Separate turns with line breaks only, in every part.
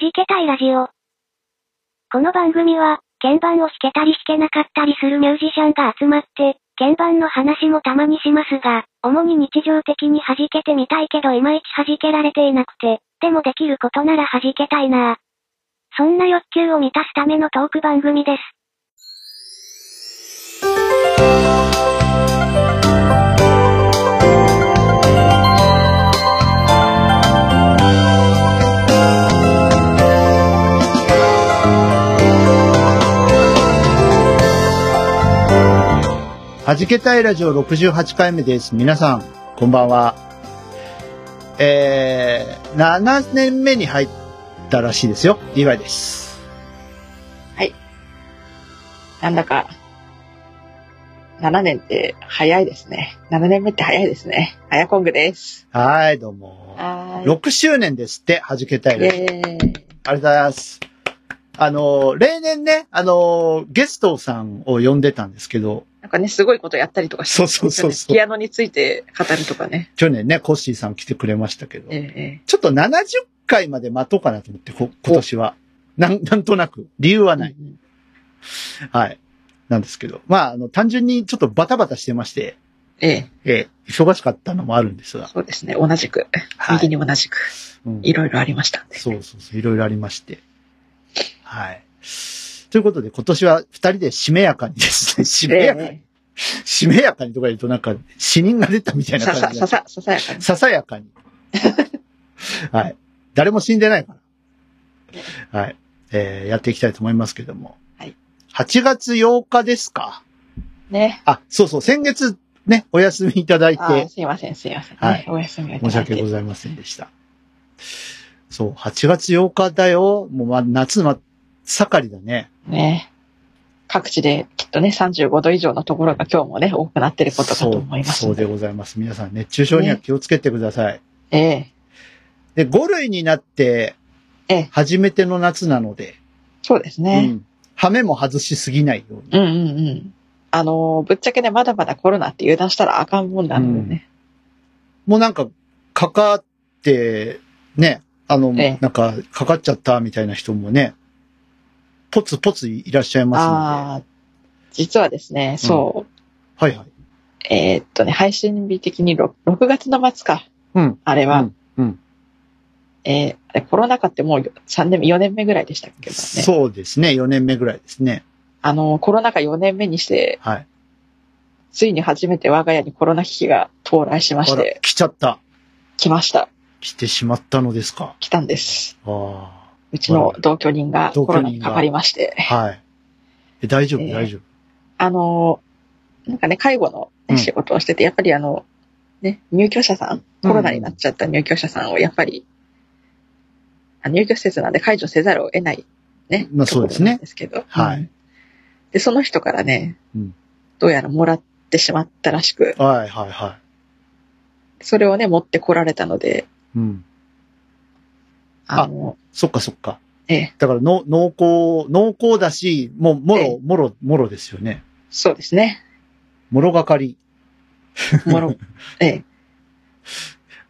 じけたいラジオ。この番組は、鍵盤を弾けたり弾けなかったりするミュージシャンが集まって、鍵盤の話もたまにしますが、主に日常的に弾けてみたいけどいまいち弾けられていなくて、でもできることなら弾けたいなぁ。そんな欲求を満たすためのトーク番組です。
はじけたいラジオ68回目です。皆さん、こんばんは。えー、7年目に入ったらしいですよ。岩井です。
なんだか、7年って早いですね。7年目って早いですね。あやこんぐです。
はーい、どうも。
はーい。
6周年ですって、はじけたい
イ
ラジオ。
ェー
あ
イ。
りがとうございます。あのー、例年ね、あのー、ゲストさんを呼んでたんですけど、
なんかね、すごいことやったりとかして
そうそうそうそう
ピアノについて語るとかね。
去年ね、コッシーさん来てくれましたけど、
ええ
ちょっと70回まで待とうかなと思って、こ今年は。なん、なんとなく。理由はない。
うん
はい。なんですけど。まあ、あの、単純にちょっとバタバタしてまして、
ええ、
えー忙しかったのもあるんですが。
そうですね。同じく。
はい
右に同じく。
うん
いろいろありましたんで。
そうそうそう。いろいろありまして。はい。ということで、今年は二人でしめやかに ですね、しめやかに、
え
しめやかにとか言うとなんか死人が出たみた
え
いな
さ
感
さ、
じ
さ
で。
さ、ささやかに。
ささやか に。はい。誰も死んでないから。はい。えーやっていきたいと思いますけども。
はい。
8月8日ですか
ね。
あ、そうそう、先月ね、お休みいただいて。
あーすいません、すいません。ね
はい
お休みがいた
申し
だいて
訳ございませんでした。そう、8月8日だよ。もうま、夏真っ盛りだね。
ね。各地できっとね、35度以上のところが今日もね、多くなってることかと思います
そう。そう
の
でございます。皆さん、熱中症には気をつけてください。
ええ
で、5類になって、
ええ
初めての夏なので、
そうですね。
うん。羽目も外しすぎないように。
うんうんうん。あのー、ぶっちゃけね、まだまだコロナって油断したらあかんもんなんでね。
もうなんか、かかって、ね、あの、
ええ
なんか、かかっちゃったみたいな人もね、ポツポツいらっしゃいますので。
ああ、実はですね、そう、
はいはい。
えーっとね、配信日的に 6, 6月の末か、
うん。
あれは、
うんうん
えーあれコロナ禍ってもう3年目、4年目ぐらいでしたっけどね。
そうですね。4年目ぐらいですね。
あのー、コロナ禍4年目にして、
はい。
ついに初めて我が家にコロナ危機が到来しまし
あら
て、
来ちゃった。
来ました。
来てしまったのですか。
来たんです。
あ
うちの同居人が
同居人が
コロナにかかりまして。
あ。はい。え大丈夫、
えー
大丈夫。
あの、なんかね、介護の
う
ね、
ん
仕事をしてて、やっぱりあの、ね、入居者さん、コロナになっちゃった入居者さんをやっぱり、あ入居施設なんで解除せざるを得ない、ね、
まあそうですね
ところなんですけど、
はい
うんで、その人からね、
うん
どうやらもらってしまったらしく、
はい、はい、は
それをね、持ってこられたので、
い。うん。
あの、
そっかそっか。
ええ、
だからの、濃厚、濃厚だし、もう、も
ええ
ろ、もろ、もろですよね。
そうですね、
もろがかり。
もろ、ええ。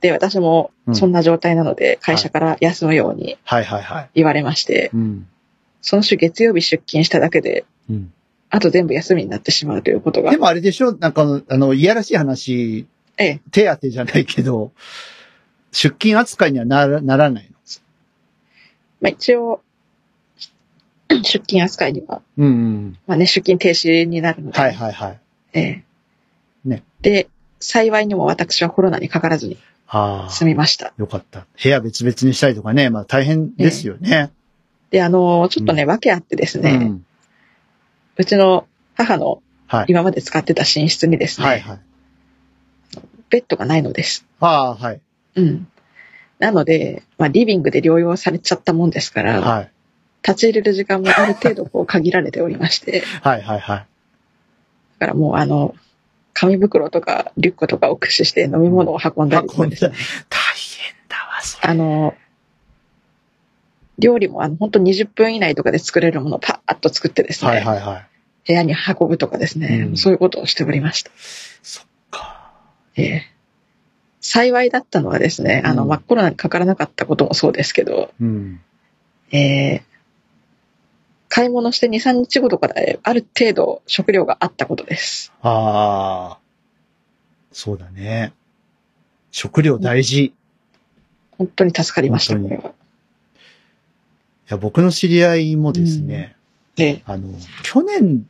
で、私も
うん
そんな状態なので、会社から休むように
はい、はい、はい。
言われまして、
うん。
その週月曜日出勤しただけで、
うん。
あと全部休みになってしまうということが。
でもあれでしょなんか、あの、いやらしい話、
ええ、
手当てじゃないけど、出勤扱いにはならならないの。
まあ、一応、 出勤扱いには、
うん、うん。
まあね、出勤停止になるので。
はい、はい、はい。
ええ
ね
で、幸いにも私はコロナにかからずに
ああ。
済みました。
よかった。部屋別々にしたりとかね、まあ大変ですよね。
で、あのーちょっとね、
う
訳あってですね、
う。
うんちの母の
はい。
今まで使ってた寝室にですね、
はいはい。
ベッドがないのです。
ああ、はい。
うん。なので、まあ、リビングで療養されちゃったもんですから、
はい。
立ち入れる時間もある程度こう限られておりまして、
はいはいはい。
だからもうあの、紙袋とかリュックとかを駆使して飲み物を運んだりとかですね。
大変だわ、そ
あの、料理もあの、本当20分以内とかで作れるものをパーッと作ってですね、
はいはいはい。
部屋に運ぶとかですね、
うん
そういうことをしておりました。
そっか。
ええ幸いだったのはですね、あの、
うん
まあ、コロナにかからなかったこともそうですけど、
うん。
えー買い物して2、3日後とかである程度食料があったことです。
ああ。そうだね。食料大事。い
本当に助かりました、
本
こ
当
れ
に
は。
や、僕の知り合いもですね、
で、
あの、去年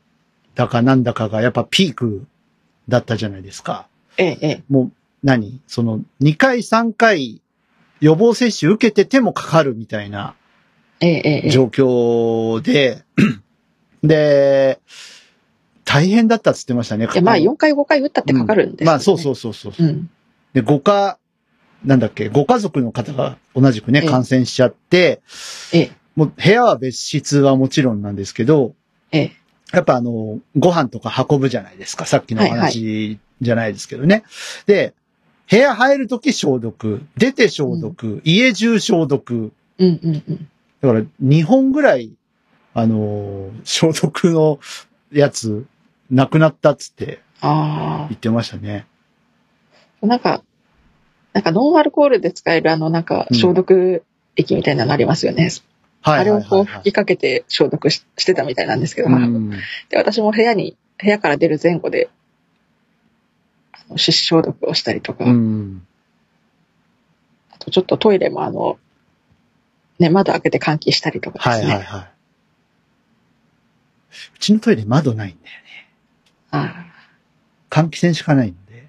だかなんだかがやっぱピークだったじゃないですか。
ええ、ええ、
もう何その2回3回予防接種受けててもかかるみたいな
ええ、ええ、
状況で、 で、大変だったっつってましたね。
いや、まあ4回5回打ったってかかるんです、。
まあそうそううそうそう。
うん。
で、ごか、なんだっけ、ご家族の方が同じくね、
ええ
感染しちゃって、
ええ、
もう部屋は別室はもちろんなんですけど、
ええ、
やっぱあの、ご飯とか運ぶじゃないですか。さっきのお
はいは
話じゃないですけどね。で、部屋入るとき消毒、出て消毒、家中消毒。
うん、うん、うん。
だから2本ぐらい、あのー消毒のやつ、なくなったっつって
あ
言ってましたね。
あ。なんか、なんかノンアルコールで使えるあの、なんか
うん
消毒液みたいなのありますよね。
は
あ
い
れ
は
を
いは
こ
いうは
吹
い。
きかけて消毒ししてたみたいなんですけど、
うん
で、私も部屋に、部屋から出る前後で、あの手指消毒をしたりとか、
うん。
あとちょっとトイレもあの、ね、窓開けて換気したりとか
は
で
い
す
は
ね。
いはい。うちのトイレ窓ないんで、
あ
換気扇しかないんで、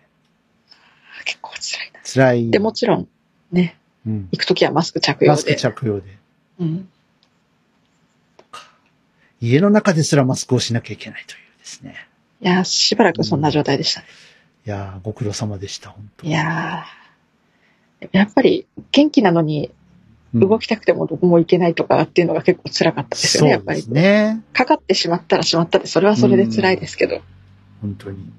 あ、結構辛いな。
辛い。
で、もちろん、ね、
うん、
行くときはマスク着用で。
マスク着用で。
うん。
家の中ですらマスクをしなきゃいけないというですね。
いやー、しばらくそんな状態でしたね。
いやー、ご苦労様でした、本当
いやーでもやっぱり元気なのに
うん
動きたくてもどこも行けないとかっていうのが結構辛かったですよね、やっぱり
そう。ですね。
かかってしまったらしまったで、それはそれで辛いですけど。
本当に。
うん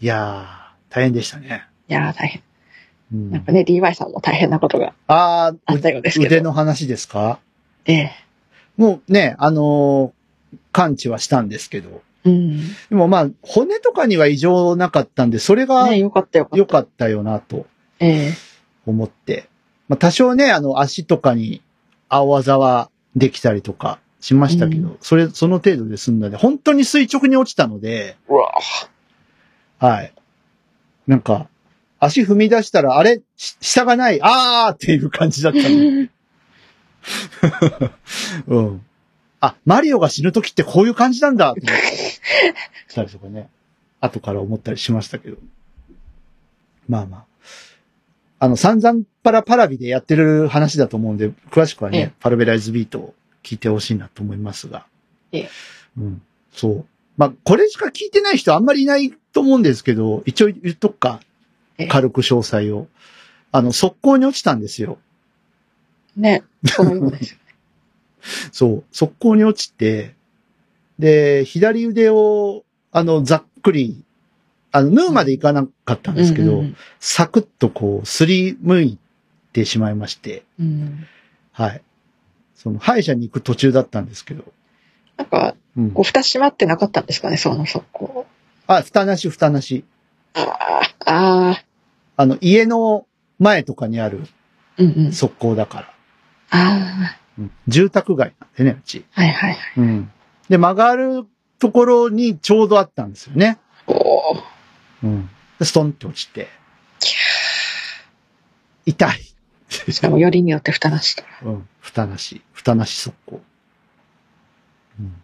いやー、大変でしたね。
いやー、大変。
うん
なんかね、DY さんも大変なことが
あー
あったようですけど。
腕の話ですか
ええ。
もうね、あのー感知はしたんですけど。
うん。
でもまあ、骨とかには異常なかったんで、それが
ね、よかったよかった。
良かったよなと
ええ。
思って。まあ、多少ね、あの、足とかに青あざはできたりとかしましたけど、
う
それ、その程度で済んだんで、本当に垂直に落ちたので、
うわ
はい。なんか、足踏み出したら、あれし下がないあーっていう感じだったの。
ぁ。
うん。あ、マリオが死ぬ時ってこういう感じなんだと思って、したりとかね。後から思ったりしましたけど。まあまあ。あの、散々パラパラビでやってる話だと思うんで、詳しくは
え
ね
え、
パルベライズビートを聞いてほしいなと思いますが。
ええ
うん。そう。まあ、これしか聞いてない人あんまりいないと思うんですけど、一応言っとくか
ええ。
軽く詳細を。あの、速攻に落ちたんですよ。
ね、そういうことですよ。
そう、速攻に落ちて、で、左腕を、あの、ざっくり、あの、縫うまでいかなかったんですけど、
うんうん
サクッとこう、すりむいてしまいまして、
うんうん
はい。その、歯医者に行く途中だったんですけど、
なんか、
うん
こう、。蓋閉まってなかったんですかね、その速攻。
あ、蓋なし、蓋なし。
ああ、あ
あの、家の前とかにある
あ、うんうん。
速攻だから。
あ
うん、住宅街なんでね、うち。
あ、はいはいはい。
うん。で、曲がるところにちょうどあったんですよね。
おお、
うん。でストンって落ちて。痛い。
しかもよりによって蓋なしと。
うん。蓋なし。蓋なし速攻。うん。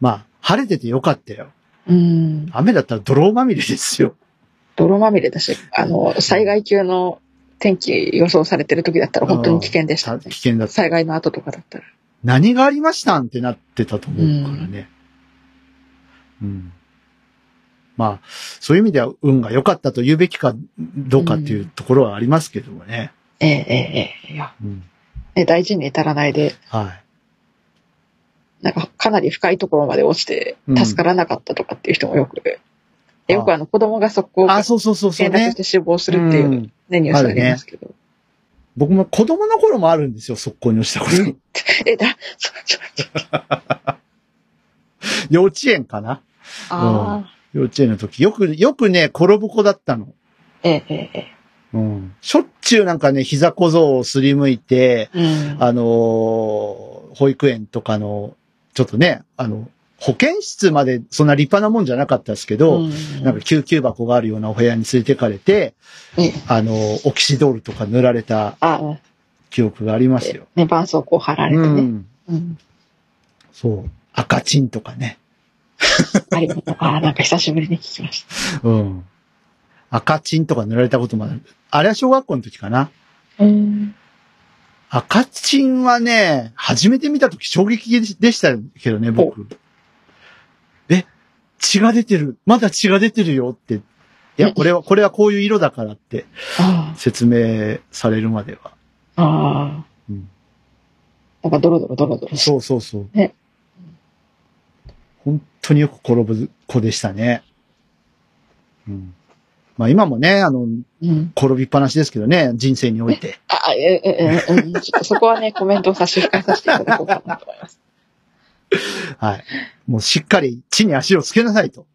まあ、晴れててよかったよ。
うん。
雨だったら泥まみれですよ。
泥まみれだし、あの、災害級の天気予想されてる時だったら本当に危険でした
た危
ね。
険だった。
災害の後とかだったら。
何がありましたんってなってたと思うからね。うん。まあ、そういう意味では運が良かったと言うべきかどうかっていうところはありますけどもね。
ええええええいや、
うん。
ね大事に至らないで、
はい。
なんかかなり深いところまで落ちて
うん
助からなかったとかっていう人もよく、
あ
よくあの子供がそこを
あ、
転
そうそうそうそう
落
ね
し。て死亡するっていう、
うん
ねニュースありますけど。
僕も子供の頃もあるんですよ、速攻に落ちたこと。
え、だ、そちょちょ
幼稚園かな
ああ、
幼稚園の時。よく、よくね、転ぶ子だったの。
ええええええ
うん。しょっちゅうなんかね、膝小僧をすりむいて、
うん。
あのー保育園とかの、ちょっとね、あの、保健室までそんな立派なもんじゃなかったですけど、
うん
なんか救急箱があるようなお部屋に連れてかれて、
ええ
あのーオキシドールとか塗られた
ああ、
記憶がありますよ。
ね、絆創膏貼られて
う
ね。
ん。
うん。
そう。赤チンとかね。
ありああ、なんか久しぶりに聞きました。
うん。赤チンとか塗られたこともある。あれは小学校の時かな。
うん。
赤チンはね、初めて見た時衝撃でしたけどね、僕。え、血が出てる。まだ血が出てるよって。いや、これは、これはこういう色だからって
あ
説明されるまでは。
あ、ああ。
うん
なんかドロドロドロドロ。
そうそうそう。
ね
本当によく転ぶ子でしたね。うん。まあ今もね、あの、
うん。
転びっぱなしですけどね、人生において。
あ、え、え、え、うん。ちょっとそこはね、コメントを差し控えさせていただこうかなと思います。
はい。もうしっかり地に足をつけなさいと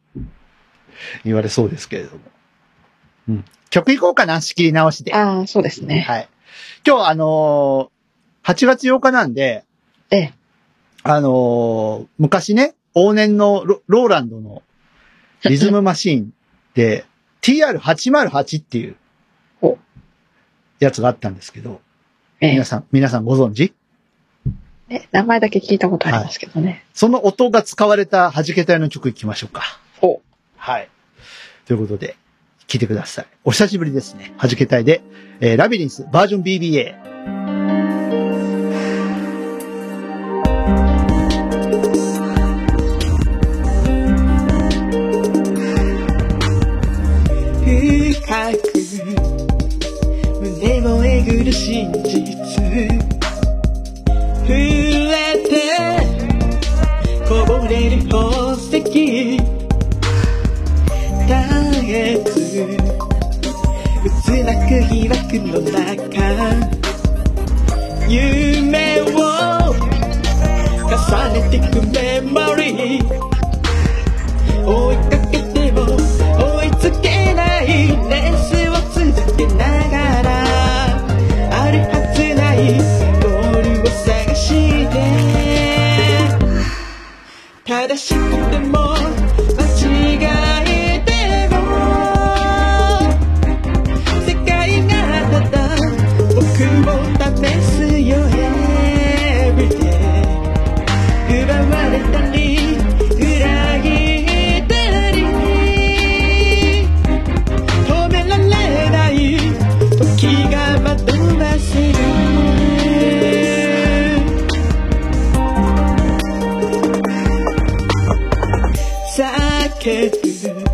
言われそうですけれども。うん。曲行こうかな、仕切り直しで。 は
ああ、そうですね。
い。今日あのー8月8日なんで、
ええ。
あのー昔ね、往年のロローランドのリズムマシーンで TR808 っていう
お
やつがあったんですけど、
ええ
皆さん、皆さんご存知
ね、名前だけ聞いたことありますけどね。
その音が使われた弾け隊の曲行きましょうか。
お
はい。ということで、聞いてください。お久しぶりですね。はじけたいで、えーラビリンスバージョン BBA。
深く胸をえぐる真実触れてこぼれる宝石絶えず渦巻く被爆の中夢を重ねてくメモリー追いかけても追いつけないレースを続けながらあるはずないゴールを探して正しくても間違えても世界がただ僕を試すよ Everyday 奪われたり裏切ったり止められない時が惑わせる叫ぶ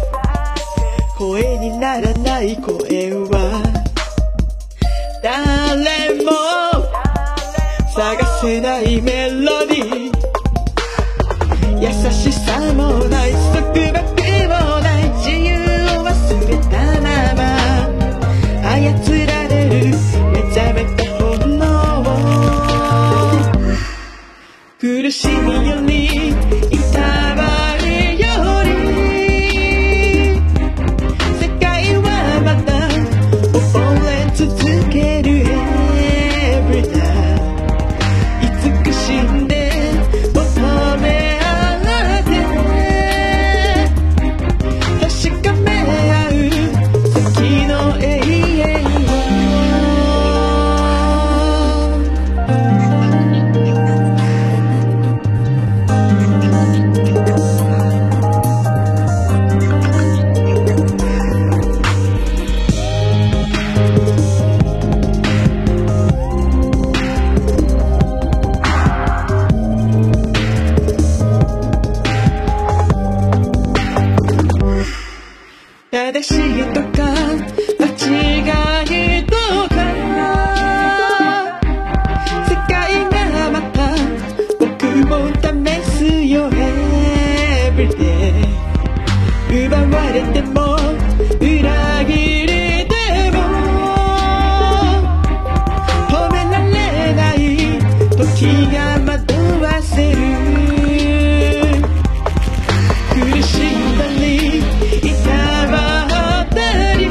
声にならない声は誰も探せないメロディー優しさもない束縛もない自由を忘れたまま操られる目覚めた炎苦しみより痛まるより世界はまた溺れ続ける Everyday 慈しんで求め合って確かめ合う先の永遠を正しいとか間違いとか世界がまた僕を試すよ Everyday 奪われても裏切りでも止められない時が惑わせる苦しんだり痛まったり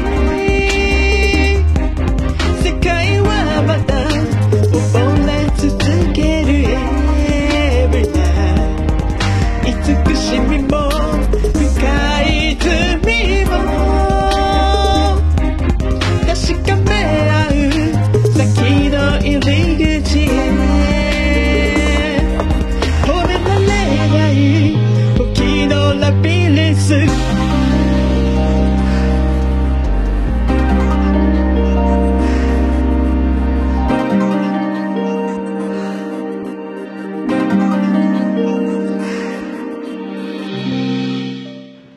入り口へ止められない時のラピリス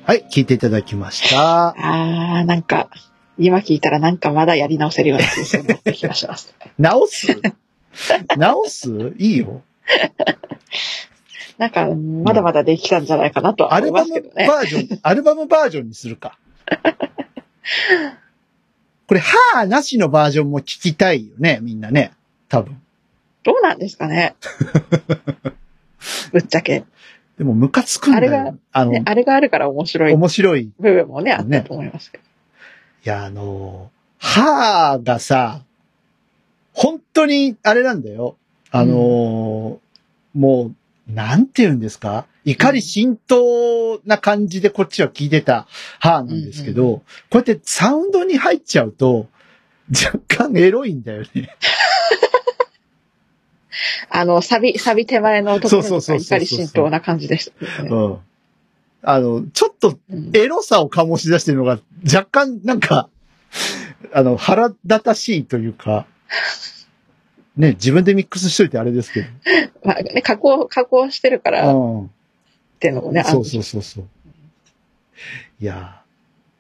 はい、聞いていただきました。
あー、なんか、今聞いたらなんかまだやり直せるような気がするなって気が します。
直 す直すいいよ。
なんか、まだまだできたんじゃないかなとは
ア
思い
ル
ま
バ
す
ム
けどね。
バージョン、アルバムバージョンにするか。これ、はーなしのバージョンも聞きたいよね、みんなね。多分。
どうなんです かねぶっちゃけ、
でも、ムカつくんだよ。
あれ
あ
が
の、
ねあれがあるから面白い部
面白い。い
分もね、あった
ね
と思いますけど。
や、あの、はーがさ、本当に、あれなんだよ。あの、もう、なんて言うんですか怒り浸透な感じでこっちは聞いてた、はーなんですけど、
うん
こうやってサウンドに入っちゃうと、若干エロいんだよね。
あの、サビ、サビ手前のとこ
そう
ろと
そ
か
うそうそうそう
怒り浸透な感じでしたね、
うん。あの、ちょっと
うん
エロさを醸し出してるのが若干なんか、あの、腹立たしいというか、ね、自分でミックスしといてあれですけ
まあね、加工、加工してるからっ
ど。うん。
ていうのもね、あ
そうそうそうそう。いや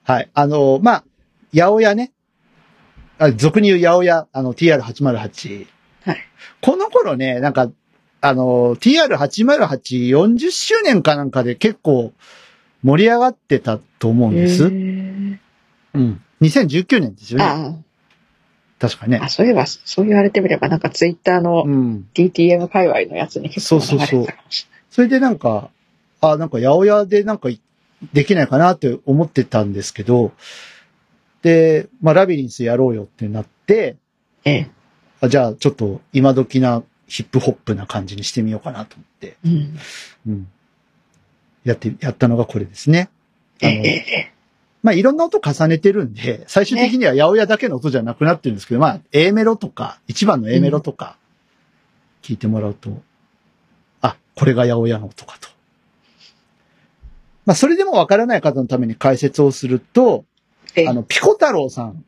ーはい。あのーまあ、八百屋ね。あ俗に言う八百屋、あの、TR808。
はい
この頃ね、なんか、あのー、TR808 40周年かなんかで結構盛り上がってたと思うんです。
へー
うん。2019年ですよね。
あ
確かね
あ、あ、。そういえば、そう言われてみれば、なんかツイッターの
うん。
DTM 界隈のやつに結構
そう
流
そうそ
れ
う
てたかもし
それでなんか、あなんか八百屋でなんかできないかなって思ってたんですけど、で、まあラビリンスやろうよってなって、
れない。え
あじゃあちょっと今時なヒップホップな感じにしてみようかなと思って、
え。うん。
うん。やって、やったのがこれですね。あ
え
の
え、ええ。
まあいろんな音重ねてるんで、最終的には八百屋だけの音じゃなくなってるんですけど、まあ A メロとか、1番の A メロとか、聞いてもらうと、あ、これが八百屋の音かと。まあそれでもわからない方のために解説をすると、
ええ
あの、ピコ太郎さん、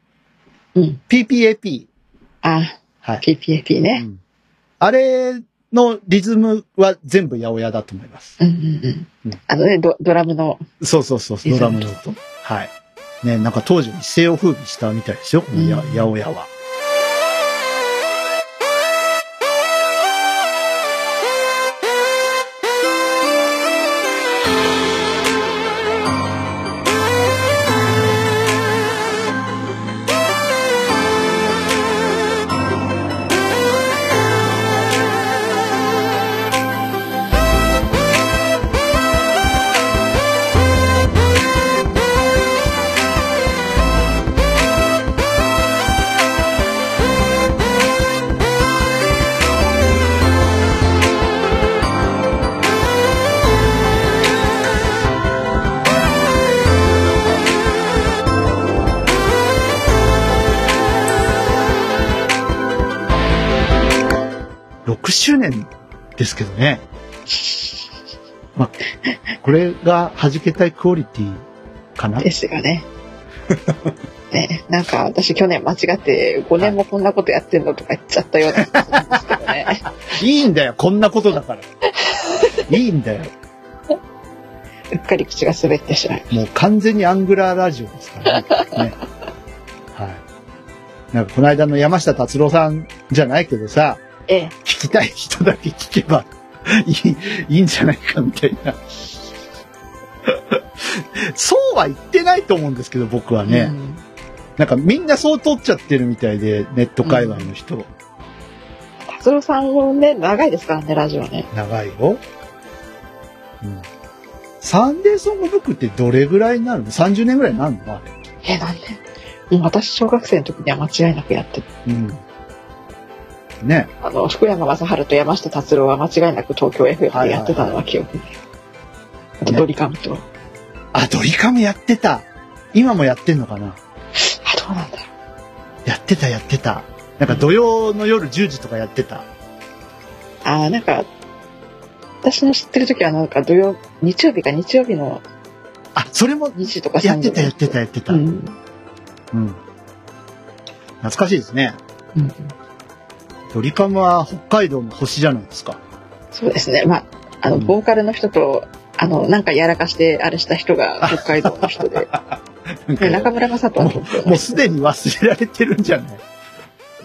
うん。
PPAP。
あ、
はい。
PPAP
う
ね。
んあれのリズムは全部八百屋だと思います。
うんうんう
うん
ん。あのね、ドドラムの、
そうそうそう、
リ
ド
ズ
ラ
ム
ムの音。はい。ね、なんか当時一世を風靡したみたいですよ、このや
うん
八百屋は。6周年ですけどね。まあ、これが弾けたいクオリティかな。
ですよね。ね、なんか私去年間違って5年もこんなことやってんのとか言っちゃったような気がするんですけどね。
いいんだよ、こんなことだから。いいんだよ。
うっかり口が滑ってしまいま
もう完全にアングラーラジオですからね。ねはい。なんかこの間の山下達郎さんじゃないけどさ、
す。ええ。
聞きたい人だけ聞けばいい、いいんじゃないかみたいな。そうは言ってないと思うんですけど、僕はね。
うん
なんかみんなそう取っちゃってるみたいで、ネット界隈の人。
達郎さんもね、長いですからね、ラジオね。
長いよ。うん。サンデーソングブックってどれぐらいになるの ?30 年ぐらいになるのあれ。
え、なんでもう私、小学生の時には間違いなくやってた
うん。ね。
あの、福山雅治と山下達郎は間違いなく東京 FM でやってたのは記憶にある。あと、
ね
ドリカムと。あ、
あ、ドリカムやってた。今もやってんのかな
どうなんだろ
やってた、やってた。
う。
なんか土曜の夜10時とかやってた。
ああ、なんか、私の知ってる時はなんか土曜、日曜日か日曜日の
あ、それも
2時とか3時。
やってた、やってた、やってた。
う。
うんん。懐かしいですね。
うん
ドリカムは北海道の星じゃないですか。
そうですね。まあ、あの、
うん
ボーカルの人と、あの、なんかやらかして、あれした人が北海道の人で、
なんか
ね中村正人は東京
も
の
うすでに忘れられてるんじゃない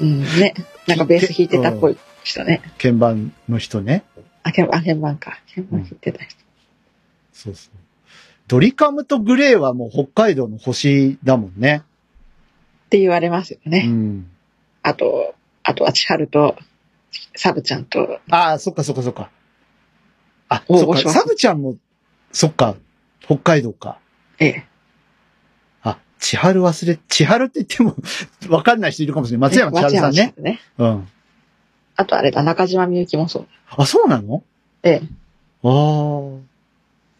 うん、ね。なんかベース弾いてたっぽい人ね。
鍵盤の人ね。
あ、鍵盤、あ鍵盤か。鍵盤弾いてた人。
そうそう。ドリカムとグレーはもう北海道の星だもんね。
って言われますよ
う
ね。
ん。
あと、あとは千春と、サブちゃんと、
ああ、そっかそっかそっか。あ、
お
そっ
おしま
か。
す
サブちゃんも、そっか。北海道か。
ええ。
あ、千春忘れ、千春って言っても、 わかんない人いるかもしれない。松山千春さん
松山
ね
千。春ね。
うん。
あとあれだ、中島みゆきもそう。
あ、そうなの
ええ。
ああ。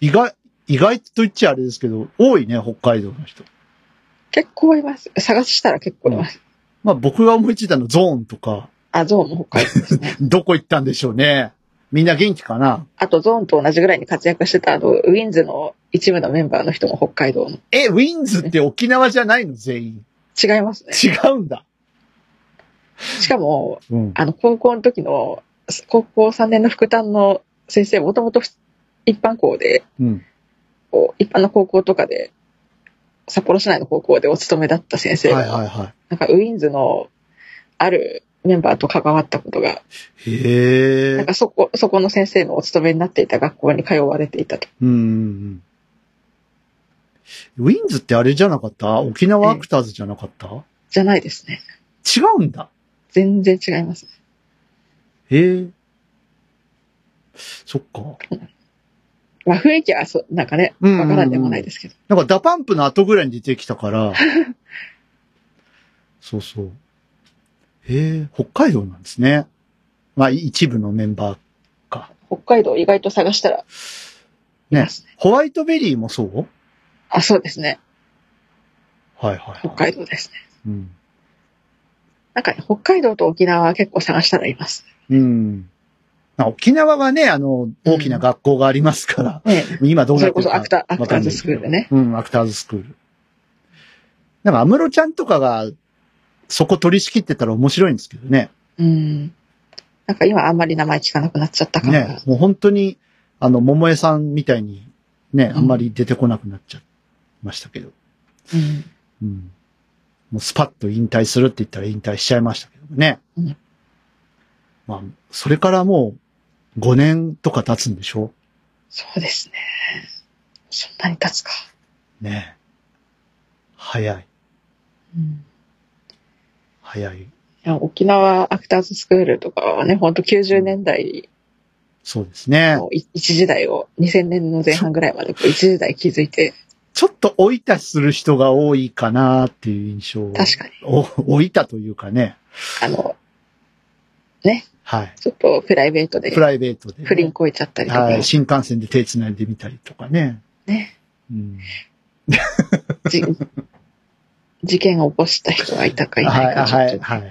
意外、意外と言っちゃあれですけど、多いね、北海道の人。
結構います。探したら結構います。
まあ僕が思いついたのゾーンとか、
あ、ゾーンも北海道ですね。
どこ行ったんでしょうね。みんな元気かな
あとゾーンと同じぐらいに活躍してた、あの、ウィンズの一部のメンバーの人も北海道の。
え、ウィンズって沖縄じゃないの全員。
違いますね。
違うんだ。
しかも、
うん。
あの、高校の時の、高校3年の副担の先生、もともと一般校で、
うん。
こう一般の高校とかで、札幌市内の高校でお勤めだった先生
はい
が、
はいは
なんかウィンズのあるメンバーと関わったことが、
い。へ
なん
え。
かそこ、そこの先生のお勤めになっていた学校に通われていたと。
うんうんうん。ウィンズってあれじゃなかった沖縄アクターズじゃなかった
じゃないですね。
違うんだ。
全然違いますね。
へえ。そっか。
まあ雰囲気はそ、なんかね、
うんうんうん
わからんでもないですけど。
なんかダパンプの後ぐらいに出てきたから。そうそう。へえ、北海道なんですね。まあ、一部のメンバーか。
北海道意外と探したら、い
ね
ま。すね。
ホワイトベリーもそう
あ、そうですね。
はいはい、はい。
北海道ですね。
うん。
なんかね、北海道と沖縄は結構探したらいます。
うん。まあ、沖縄はね、あの、大きな学校がありますから、
ね、
今どう
そ
なって
れこ
るか
そアクター、
わ
アク
か
ター
んな
ズ
い
スクールね。
うん、アクターズスクール。なんか、安室ちゃんとかが、そこ取り仕切ってたら面白いんですけどね。
うん。なんか今あんまり名前聞かなくなっちゃったから。
ね、もう本当に、あの、桃江さんみたいに、ね、
ん
あんまり出てこなくなっちゃいましたけど。
うん。
うん。もうスパッと引退するって言ったら引退しちゃいましたけどね。
うん
まあ、それからもう5年とか経つんでしょ
そうですね。そんなに経つか。
ね。早い、
うん。
早い。
いや沖縄アクターズスクールとかはね、ほんと90年代
そうですね。
のい一時代を、2000年の前半ぐらいま でこう一時代築いて、
ちょっと追いたする人が多いかなっていう印象を。
確かに、
お追いたというかね。
あの、
はい。
ちょっとプライベートで
プライベートでね、
不倫こいちゃったりとか
は、い、新幹線で手繋いでみたりとかね。
ね、
うん。
じ 事件を起こした人がいた
は
か
いい、
な
はい
か、ちょ
い、
っと。
はい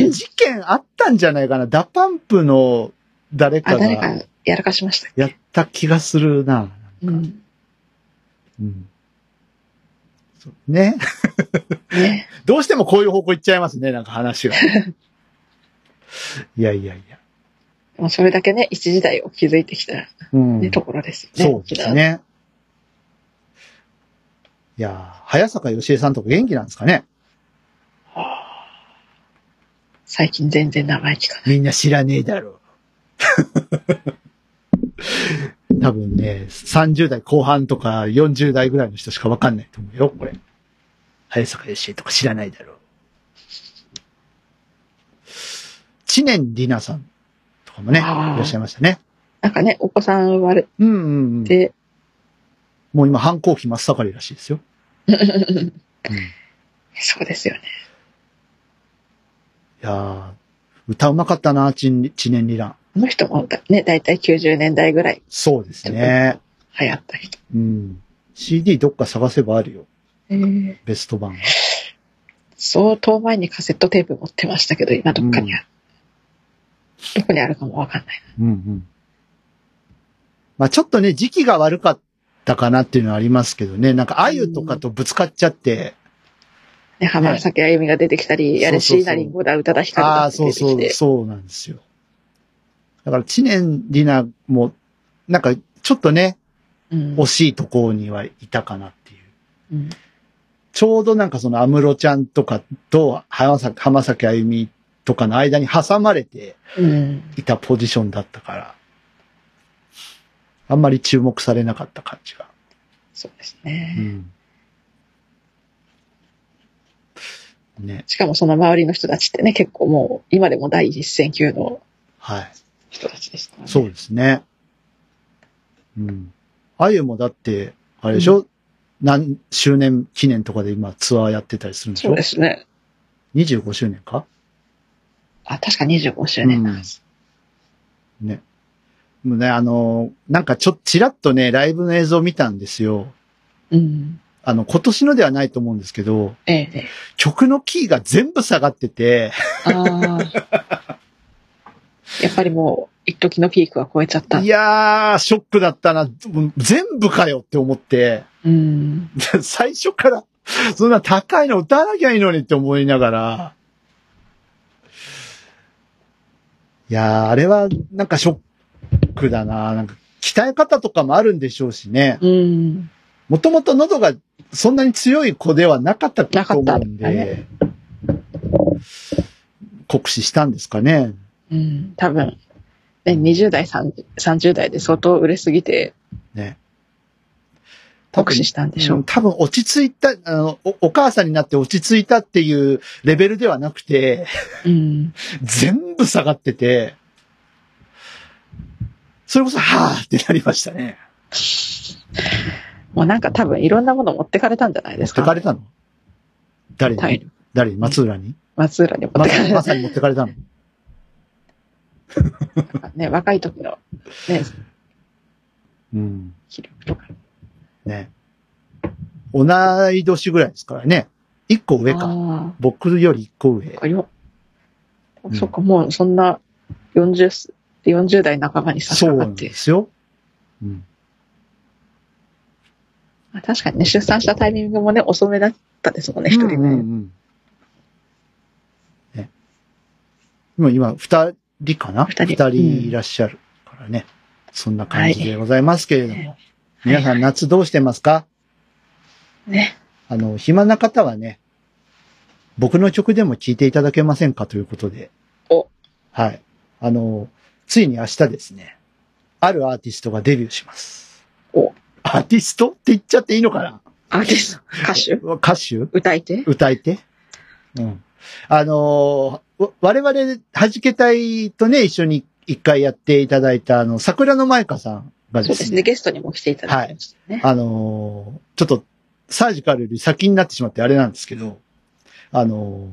は い。事件あったんじゃないかな。ダパンプの誰
あ、
か
誰か
が
やらかしました。
やった気がするな。
う
なんか
ん。
うんそうね。
ね。
どうしてもこういう方向行っちゃいますね。なんか話 が。いやいやいや。
まあ、それだけね、一時代を築いてきた、ね
うん。
ところですよね。
そうですね。いやー早坂よしえさんとか元気なんですかね
沖縄。はあ最近全然名前聞かない。
みんな知らねえだ ろう。多分ね、30代後半とか40代ぐらいの人しかわかんないと思うよ、これ。早坂よしえとか知らないだろう。知念里奈さんとかもね、い
あー
らっしゃいましたね。
なんかね、お子さん生まれ
うんうんうん。
て、
もう今反抗期真っ盛りらしいですよ。
うん
うん、い
そうですよね。
やー歌うまかったな、知念知念里奈。
あの人もだ、ね、だいたい90年代ぐらい
そうですね。
流行った人。
うん。CD どっか探せばあるよ。
えー
ベスト版は。
相当前にカセットテープ持ってましたけど、今どっかにある。どこにあるかもわかんない。
うんうん。まあちょっとね、時期が悪かったかなっていうのはありますけどね。なんか、あゆとかとぶつかっちゃって、
ね、浜崎あゆみが出てきたり、やれ、
そうそうそう
椎名林檎だ、宇多田ヒカル
あ
だ
あ、
って
そ
出
う
てき
そう、
て。
そうなんですよ。だから、知念里奈も、なんか、ちょっとね、
うん
惜しいところにはいたかなっていう。
うん
ちょうどなんかその安室ちゃんとかと浜崎、浜崎あゆみとかの間に挟まれて
うん。
いたポジションだったから、あんまり注目されなかった感じが。
そうです
う
ね。
ん。ね、
しかもその周りの人たちってね、結構もう、今でも第一線級の
はい。
人たちですからね。
そうですね。うん。あゆもだって、あれでしょ、何周年記念とかで今ツアーやってたりするんでし
そう
ょ
ですね。
?25 周年か
あ、確か25周年なんです。
ね。もうね、あの、なんかちょっとちらっとね、ライブの映像を見たんですよ。
うん。
あの、今年のではないと思うんですけど、
ええええ。
曲のキーが全部下がってて、
ああ。 やっぱりもう、一時のピークは超えちゃった
い。やー、ショックだったな。全部かよって思って、
うん。
最初から、そんな高いの歌わなきゃいいのにって思いながら。いやー、あれは、なんかショックだななんか、鍛え方とかもあるんでしょうしね。
うん。
もともと喉がそんなに強い子ではなかったと思うん
なかった
で、酷使したんですかね。
うん。多分、ね、20代、30 30代で相当売れすぎて、
ね。
酷使したんでしょ
う。
うん
多分落ち着いた、あのお、お母さんになって落ち着いたっていうレベルではなくて、
うん。
全部下がってて、それこそ、はぁってなりましたね。
もうなんか多分いろんなもの持ってかれたんじゃないです
持
か。
ってかれたの誰
体
に
力。
誰に松浦に
松浦に持っ
ま
て
さ
か
に
れ
ま
た。
さに持ってかれたの
ね、若い時の、ね、
うん。
気力とか。
ね。同い年ぐらいですからね。一個上か。
あ
僕より一個
あ
上。
これよ
うん
そっか、もうそんな40す、40代半ばに差し
そう
掛
な
か
ん
って
で。すよ。うん。
まあ確かにね、出産したタイミングもね、遅めだったですもんね、一人
うんうんう
ね。
んね。もう今、二人かな
二人
いらっしゃるからね。そんな感じでございますけれども。
は
皆さん夏どうしてますか
ね。
あの、暇な方はね、僕の曲でも聴いていただけませんかということで。
お
はい。あの、ついに明日ですね、あるアーティストがデビューします。
お
アーティストって言っちゃっていいのかな
アーティスト、歌手、
歌手
歌い手
歌い手うん。あのーわ我々、弾け隊とね、一緒に一回やっていただいた、あの、桜の舞香さんが
そ
で
うですすね、
ね、
ゲストにも来ていただきましたね。
あのーちょっと、サージカルより先になってしまってあれなんですけど、あの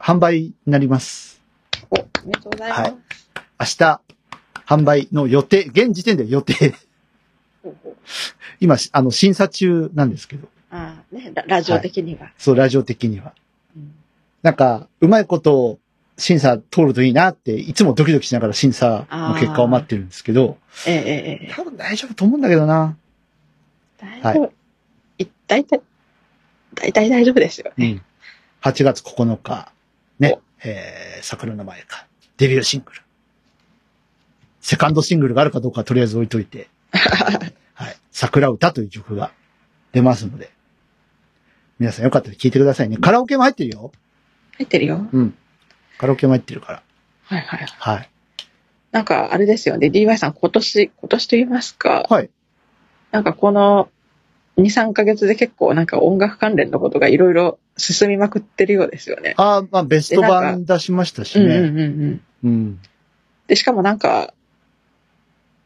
ー販売になります。
お、おめでとうございます。
はい明日、販売の予定、現時点で予定、
ほうほう
今、あの、審査中なんですけど、
ああ、ねラ、ラジオ的には。
そう、ラジオ的には。
うん
なんか、うまいことを審査通るといいなって、いつもドキドキしながら審査の結果を待ってるんですけど、
ええええええ
多分大丈夫と思うんだけどな。
大丈夫。い、大体、大体大丈夫ですよ
う
ね。
ん。8月9日、ね
お、
えー、桜の前か、デビューシングル。セカンドシングルがあるかどうかはとりあえず置いといて、はい。桜歌という曲が出ますので、皆さんよかったら聴いてくださいね。カラオケも入ってるよ。
入ってるよ。
うん。カラオケも入ってるから。
はいはい。
はい。
なんか、あれですよね。DY さん、今年、今年と言いますか。
はい。
なんか、この、2、3ヶ月で結構、なんか音楽関連のことがいろいろ進みまくってるようですよね。
ああ、まあ、ベスト
でな
版
ん
出しましたし
うん
ね。
うんうんうん。
うん。
で、しかもなんか、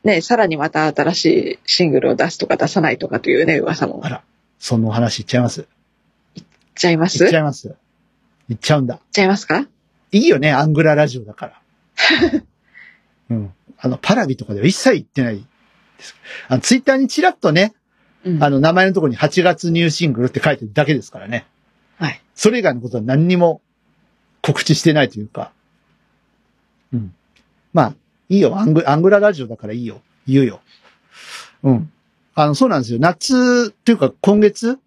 ね、さらにまた新しいシングルを出すとか出さないとかというね、噂も
あら、そのお話いっちゃいます。
言っちゃいます
いっちゃ
言っ
います。いっちゃうんだ。
ちゃいますか
いいよね、アングララジオだ から。うん。あの、パラビとかでは一切言ってないです。あの、ツイッターにちらっとね、
うん。
あの、名前のところに8月ニューシングルって書いてるだけですからね。
あはい。
それ以外のことは何にも告知してないというか。うん。まあ、いいよ。アングアングララジオだからいいよ。言うよ。うん。あの、そうなんですよ。夏っていうか今月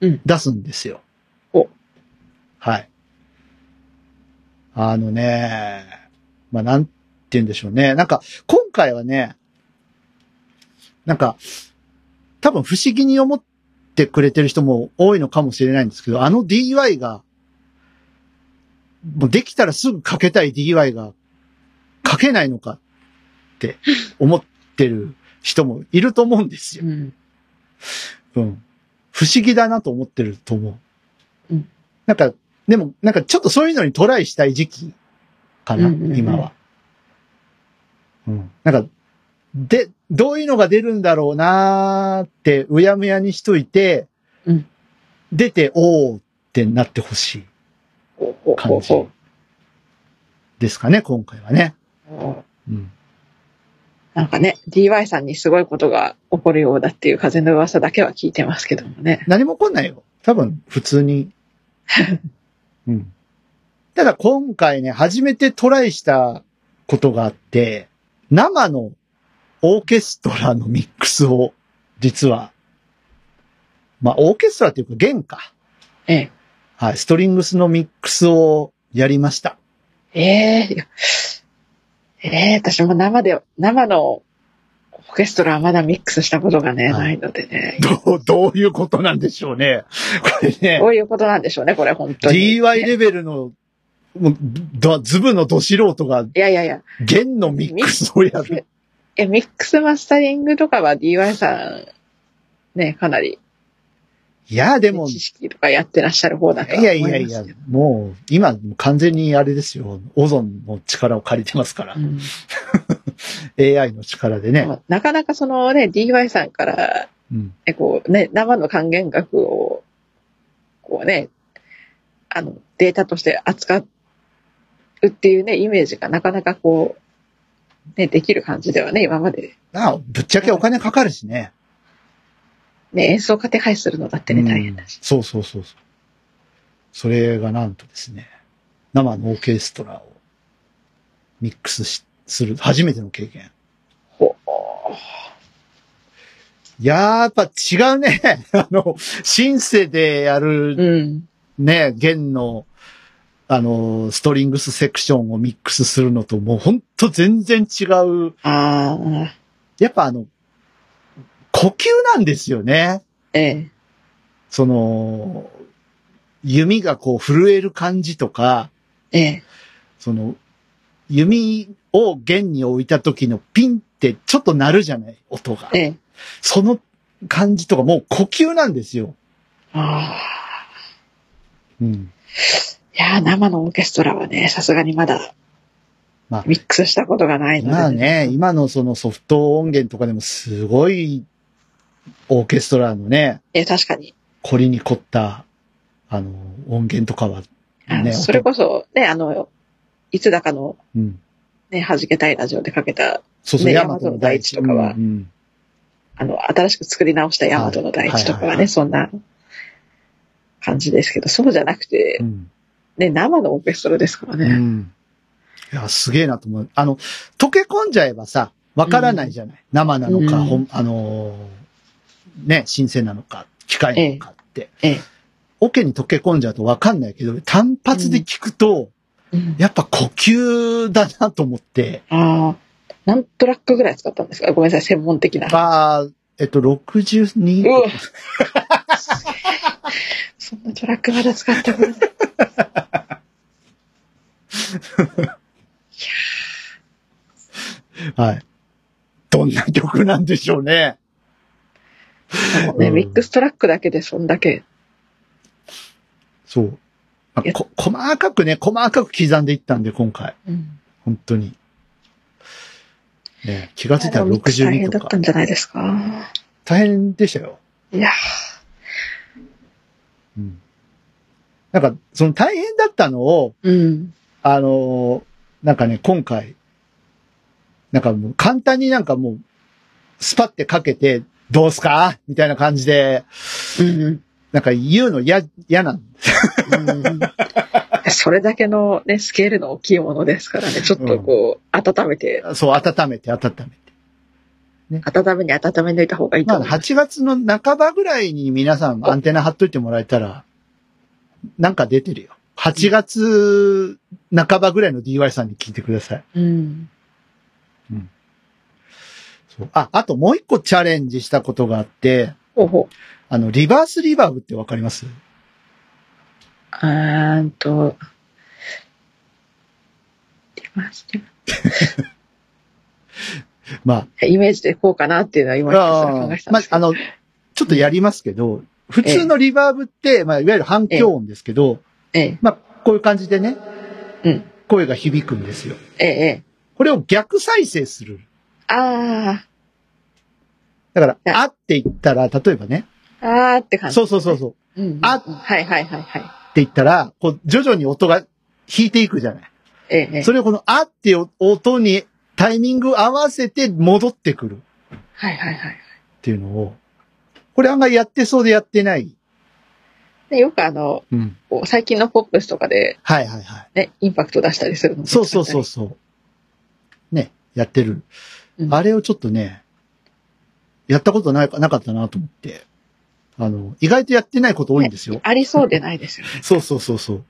うん
出すんですよ。
お
はい。あのね、まあ、なんて言うんでしょうね。なんか、今回はね、なんか、多分不思議に思ってくれてる人も多いのかもしれないんですけど、あの DY が、もうできたらすぐかけたい DY が、かけないのかって思ってる人もいると思うんですよ
う。ん。
うん。不思議だなと思ってると思う。
うん
なんか、でも、なんかちょっとそういうのにトライしたい時期かな、
うんうんうん
今は。うん。なんか、で、どういうのが出るんだろうなーって、うやむやにしといて、
うん
出て、おーってなってほしい
ほうほうほ
感
う
じ
ほ
ですかね、今回はね。
う。
うん。
なんかね、DY さんにすごいことが起こるようだっていう風の噂だけは聞いてますけどもね。
何も起こんないよ。多分、普通に。 うん。ただ今回ね、初めてトライしたことがあって、生のオーケストラのミックスを、実は、まあ、オーケストラっていうか弦か。
え
はい、ストリングスのミックスをやりました。
え。ええいやええ私も生で、生のオーケストラはまだミックスしたことがね、
はい
ないのでね。
どう、どういうことなんでしょうね。これね
ど。ういうことなんでしょうね、これ本当に。
DY
ね
レベルの、もう、どズブのド素人が
いやいやいや。
弦のミックスをやる。
え、ミックスマスタリングとかは DY さん、ね、かなり
いや、でも、
知識とかやってらっしゃる方だとはい思
や
い
い
ます
やい
けど。
や、もう、今、完全にあれですよ。オゾンの力を借りてますから
う。ん
AI の力でね。
なかなかそのね、DY さんから、
うん。
えこうね、生の還元額を、こうね、あの、データとして扱うっていうね、イメージがなかなかこう、ね、できる感じではね、今まで。
あぶっちゃけお金かかるしね。
ね、演奏家手配するのだってね、大変だし。
うんそうそうそうそう。それがなんとですね、生のオーケストラをミックスしする、初めての経験。
ほ
やっぱ違うね。 あの、シンセでやる
う。うん。
ね、弦の、あの、ストリングスセクションをミックスするのと、もうほんと全然違う。
ああ、
やっぱあの、呼吸なんですよね。
ええ。
その、弓がこう震える感じとか、
ええ。
その、弓を弦に置いた時のピンってちょっと鳴るじゃない音が
え。え。
その感じとかもう呼吸なんですよ。
ああ。
うん。
いやー、生のオーケストラはね、さすがにまだ
まあ、
ミックスしたことがないので。
まあね、今のそのソフト音源とかでもすごいオーケストラのね、
え、確かに。
凝りに凝った、あの、音源とかは、
あの
ね
それこそ、ね、あの、いつだかの、
うん。
ね、弾けたいラジオでかけた、
そうそう、
ね
ヤマトの大地
大地とかは
うんうん
あの、新しく作り直したヤマトの大地と
は
かはい
はいはい
ね、そんな感じですけど、そうじゃなくて
う、ん。
ね、生のオーケストラですから
う
ね。
ん。いや、すげえなと思う。あの、溶け込んじゃえばさ、わからないじゃない。生なのか、
うん
ほん、あのーね、新鮮なのか、機械なのかって。
ええ。
オケに溶け込んじゃうとわかんないけど、単発で聞くと、
うん
やっぱ呼吸だなと思って、
ああ、何トラックぐらい使ったんですかごめんなさい、専門的な。
ああ、えっと、62?
うわ そんなトラックまだ使ったことない。いや
はい。どんな曲なんでしょうね。
ーもうね、
うん
ミックストラックだけでそんだけ
そう。あ
いや
こ、細かくね、細かく刻んでいったんで、今回。
うん
本当に。ね、気がついたら
ミックス大変
62
だ
と
った
か。
んじゃないですか。
大変でしたよ。
いや、
うん。なんか、その大変だったのを、
うん。
あのーなんかね、今回、なんかもう簡単になんかもう、スパってかけて、どうすかみたいな感じで、
うん。
なんか言うの嫌、嫌なん
それだけのね、スケールの大きいものですからね、ちょっとこう、温めて、
そう、温めて、温めて。
温めに温め抜いた方がいいと
まあ、
思います。
8月の半ばぐらいに皆さんアンテナ張っといてもらえたら、なんか出てるよ。8月半ばぐらいの DY さんに聞いてください。
うん。
そうあ、あともう一個チャレンジしたことがあって、
ほうほう。
あの、リバースリバーブってわかります
あーんと、出ます出ま
ま
したイメージでこうかなっていうのは
あ、あ
今、考えて
ー
たん
まあ
です、け
あ
ど。
の、ちょっとやりますけど、普通のリバーブって、まあ、いわゆる反響音ですけど、
ええ、
まあ、こういう感じでね、
うん
声が響くんですよ。
ええ、ええ。
これを逆再生する。
あ
だから、
は
あって言ったら、例えばね、
ー、あーって感じ。
そうそうそうそう。
うんうんうん
あ
はいはいはいはい。
って言ったら、こう、徐々に音が弾いていくじゃない。
ええ、ええ。
それをこの、あっていう音にタイミング合わせて戻ってくるっ
はいはいはい。
ていうのを、これ案外やってそうでやってない。
でよくあの、
うん。
こう最近のポップスとかで
はいはいはい。
ね、インパクト出したりするの
そうそうそう。そう。ね、やってる。
うん
あれをちょっとね、やったことないか、なかったなと思って。あの、意外とやってないこと多いんですよ。
ありそうでないですよね。
そうそうそうそう。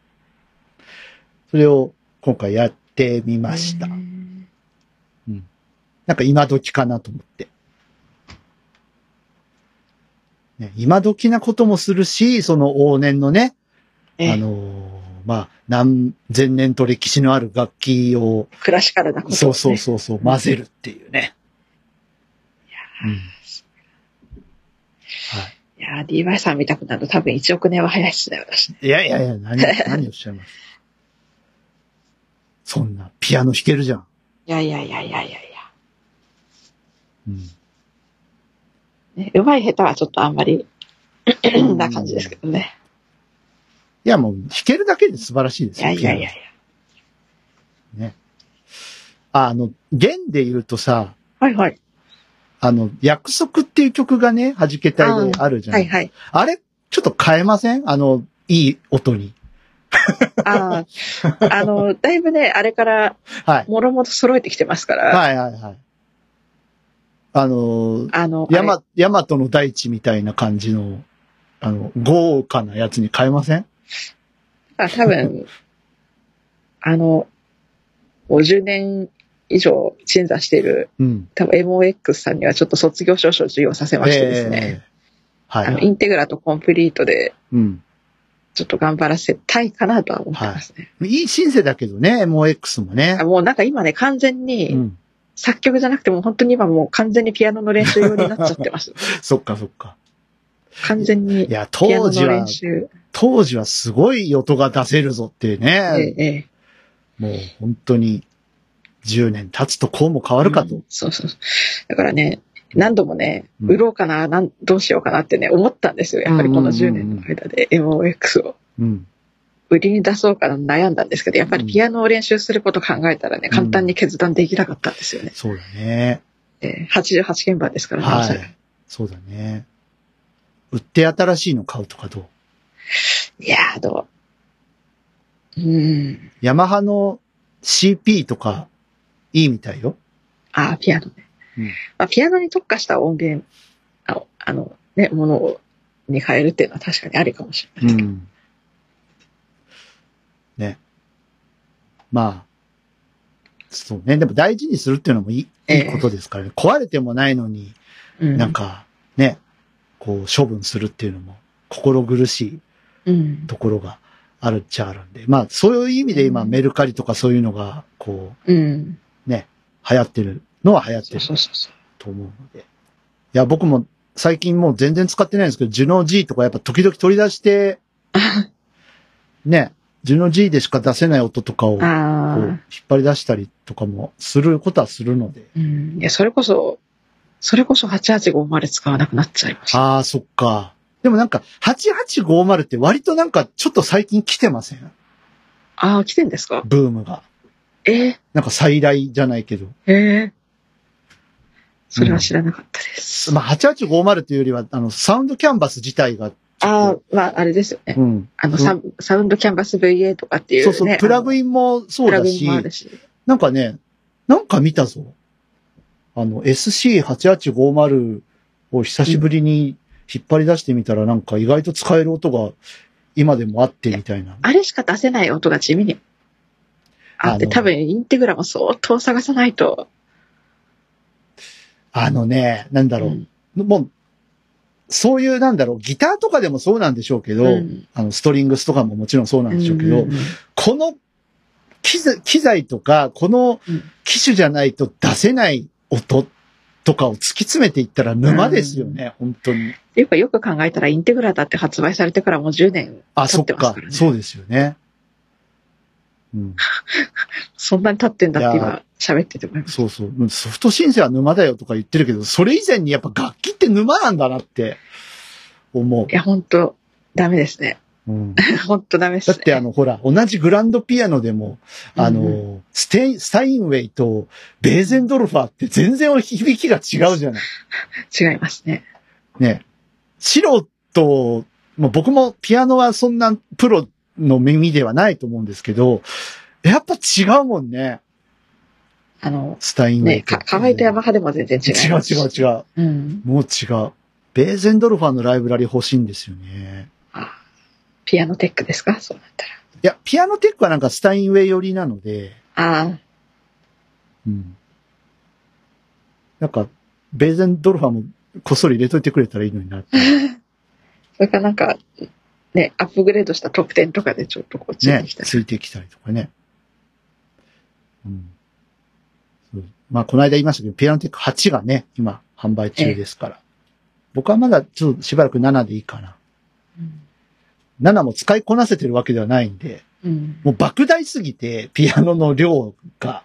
それを今回やってみました。
うん
なんか今時かなと思って。ね、今時なこともするし、その往年のね、
ええ
あのーまあ、何千年と歴史のある楽器を、
クラシカルなことをね。
そうそうそうそう、混ぜるっていうね。うん
いやー、DY さん見たくなると多分1億年は早いしだよ、私ね。
いやいやいや、何、何をおっしゃいます。 そんな、ピアノ弾けるじゃん。
いやいやいやいやいやい
うん
や。ね、うまい下手はちょっとあんまりな感じですけどね。
いや、もう、弾けるだけで素晴らしいで
い
すよ。
やいやいやいや。
ピアノね。ああの、弦で言うとさ、
はいはい。
あの、約束っていう曲がね、弾けたいであるじゃ
は
ない
いはい。
あれ、ちょっと変えませんあの、いい音に。
ああ、 あの、だいぶね、あれから、
はい。
もろもろ揃えてきてますから、
はいはいはい。あの、
あの、あれ
ヤマ、ヤマトの大地みたいな感じの、あの、豪華なやつに変えません
あ多 分、あの、50年以上鎮座している、
うん。
多分 MOX さんにはちょっと卒業証書を授与させましてです
え
ね、
えは
あの、
い。
インテグラとコンプリートで、
うん。
ちょっと頑張らせたいかなとは思ってますね。
いいシンセだけどね、MOX もね
あ。もうなんか今ね、完全
う
に、
ん。
作曲じゃなくてもう本当に今もう完全にピアノの練習用になっちゃっ てます。
そっかそっか。
完全に
い。や、
ピアノ
当時
の
は
練、習。
当時はすごい音が出せるぞって
え
ね
え、ええ。
もう本当に10年経つとこうも変わるかと。
そうそうそう。だからね、何度もね、
うん
売ろうかな、なん、どうしようかなってね、思ったんですよ。やっぱりこの
うんうんうんう
10
ん
年の間で MOX を
うん。
売りに出そうかな悩んだんですけど、やっぱりピアノを練習することを考えたらね、簡単に決断できなかったんですよね。
そうだね。
えー88鍵盤ですからね、
は
そ
い
れ。
そうだね。売って新しいの買うとかどう
いやー、どううん。
ヤマハの CP とかいいみたいよ。
あーピアノね。
うん
まあ、ピアノに特化した音源、ああの、ね、ものを、に変えるっていうのは確かにありかもしれないですけど。
ん。ね。まあ。そうね。でも大事にするっていうのもいい,、
ええ
いいことですからね。壊れてもないのに、
うん。
なんかね、こう処分するっていうのも心苦しい
うん。
ところがあるっちゃあるんで。まあそういう意味で今
うん
メルカリとかそういうのが、こ
うん。
う、流行ってるのは流行って
そう
る
そうそうそう。
と思うので。いや、僕も最近もう全然使ってないんですけど、ジュノー G とかやっぱ時々取り出 して、ね、ジュノー G でしか出せない音とかをこう
あ
引っ張り出したりとかもすることはするので。
あ、うん。いや、それこそ、それこそ8850まで使わなくなっちゃいました。
ああ、そっか。でもなんか、8850って割となんかちょっと最近来てません
ああ、来てんですか
ブームが。
ええ
なんか再来じゃないけど。
ええそれは知らなかったです。
まあ、8850というよりは、あの、サウンドキャンバス自体が
ああ、まあ、あれですよね。
うん。
あの、ササウンドキャンバス VA とかっていう、
そ
ね。
うそう、プラグ
イン
インもそうだし
プラグイン、もあるし。
なんかね、なんか見たぞ。あの、SC8850 を久しぶりに引っ張り出してみたら、なんか意外と使える音が今でもあってみたいな。
あれしか出せない音が地味にあって、
あの
多分、インテグラも相当探さないと。
あのね、なんだろう。もう、そういう、なんだろう、ギターとかでもそうなんでしょうけど、
うん
あの、ストリングスとかももちろんそうなんでしょうけど、
うんうんうん
この機材機材とか、この
うん
機種じゃないと出せない音とかを突き詰めていったら沼ですよね、本当に。
っていうか、よく考えたら、インテグラだって発売されてからもう10年、
あ、
撮
そ
っ
って
ます
か
からね。
そうですよね。うん。
そんなに経ってんだって
い
今、喋ってて思います。
そうそう。うんソフトシンセは沼だよとか言ってるけど、それ以前にやっぱ楽器って沼なんだなって思
いや、本当ダメですね。
う。うん、
本当ダメです
だ
ね。
ってあの、ほら、同じグランドピアノでも、あの、
うん
ステイ、スタインウェイとベーゼンドルファーって全然響きが違うじゃない。
違いますね。
ね。素人、まあ、僕もピアノはそんなプロの耳ではないと思うんですけど、やっぱ違うもんね。
あの、
スタインウェ
ね、
イと。
か乾いたヤマハでも全然違
違
う。
う違う違う。
うん。
もう違う。ベーゼンドルファーのライブラリ欲しいんですよね。
あピアノテックですかそうなった
いや、ピアノテックはなんかスタインウェイ寄りなので、
ら。ああ、
うん。なんか、ベーゼンドルファーもこっそり入れといてくれたらいいのになって。
それかなんか、ね、アップグレードしたトップ10とかでちょっとこっち
ね
に、来たら。
ついてきたりとかね。うん。そうまあ、この間言いましたけど、ピアノテック8がね、今、販売中ですから。僕はまだちょっとしばらく7でいいかな。7も使いこなせてるわけではないんで、
うん。
もう莫大すぎて、ピアノの量が、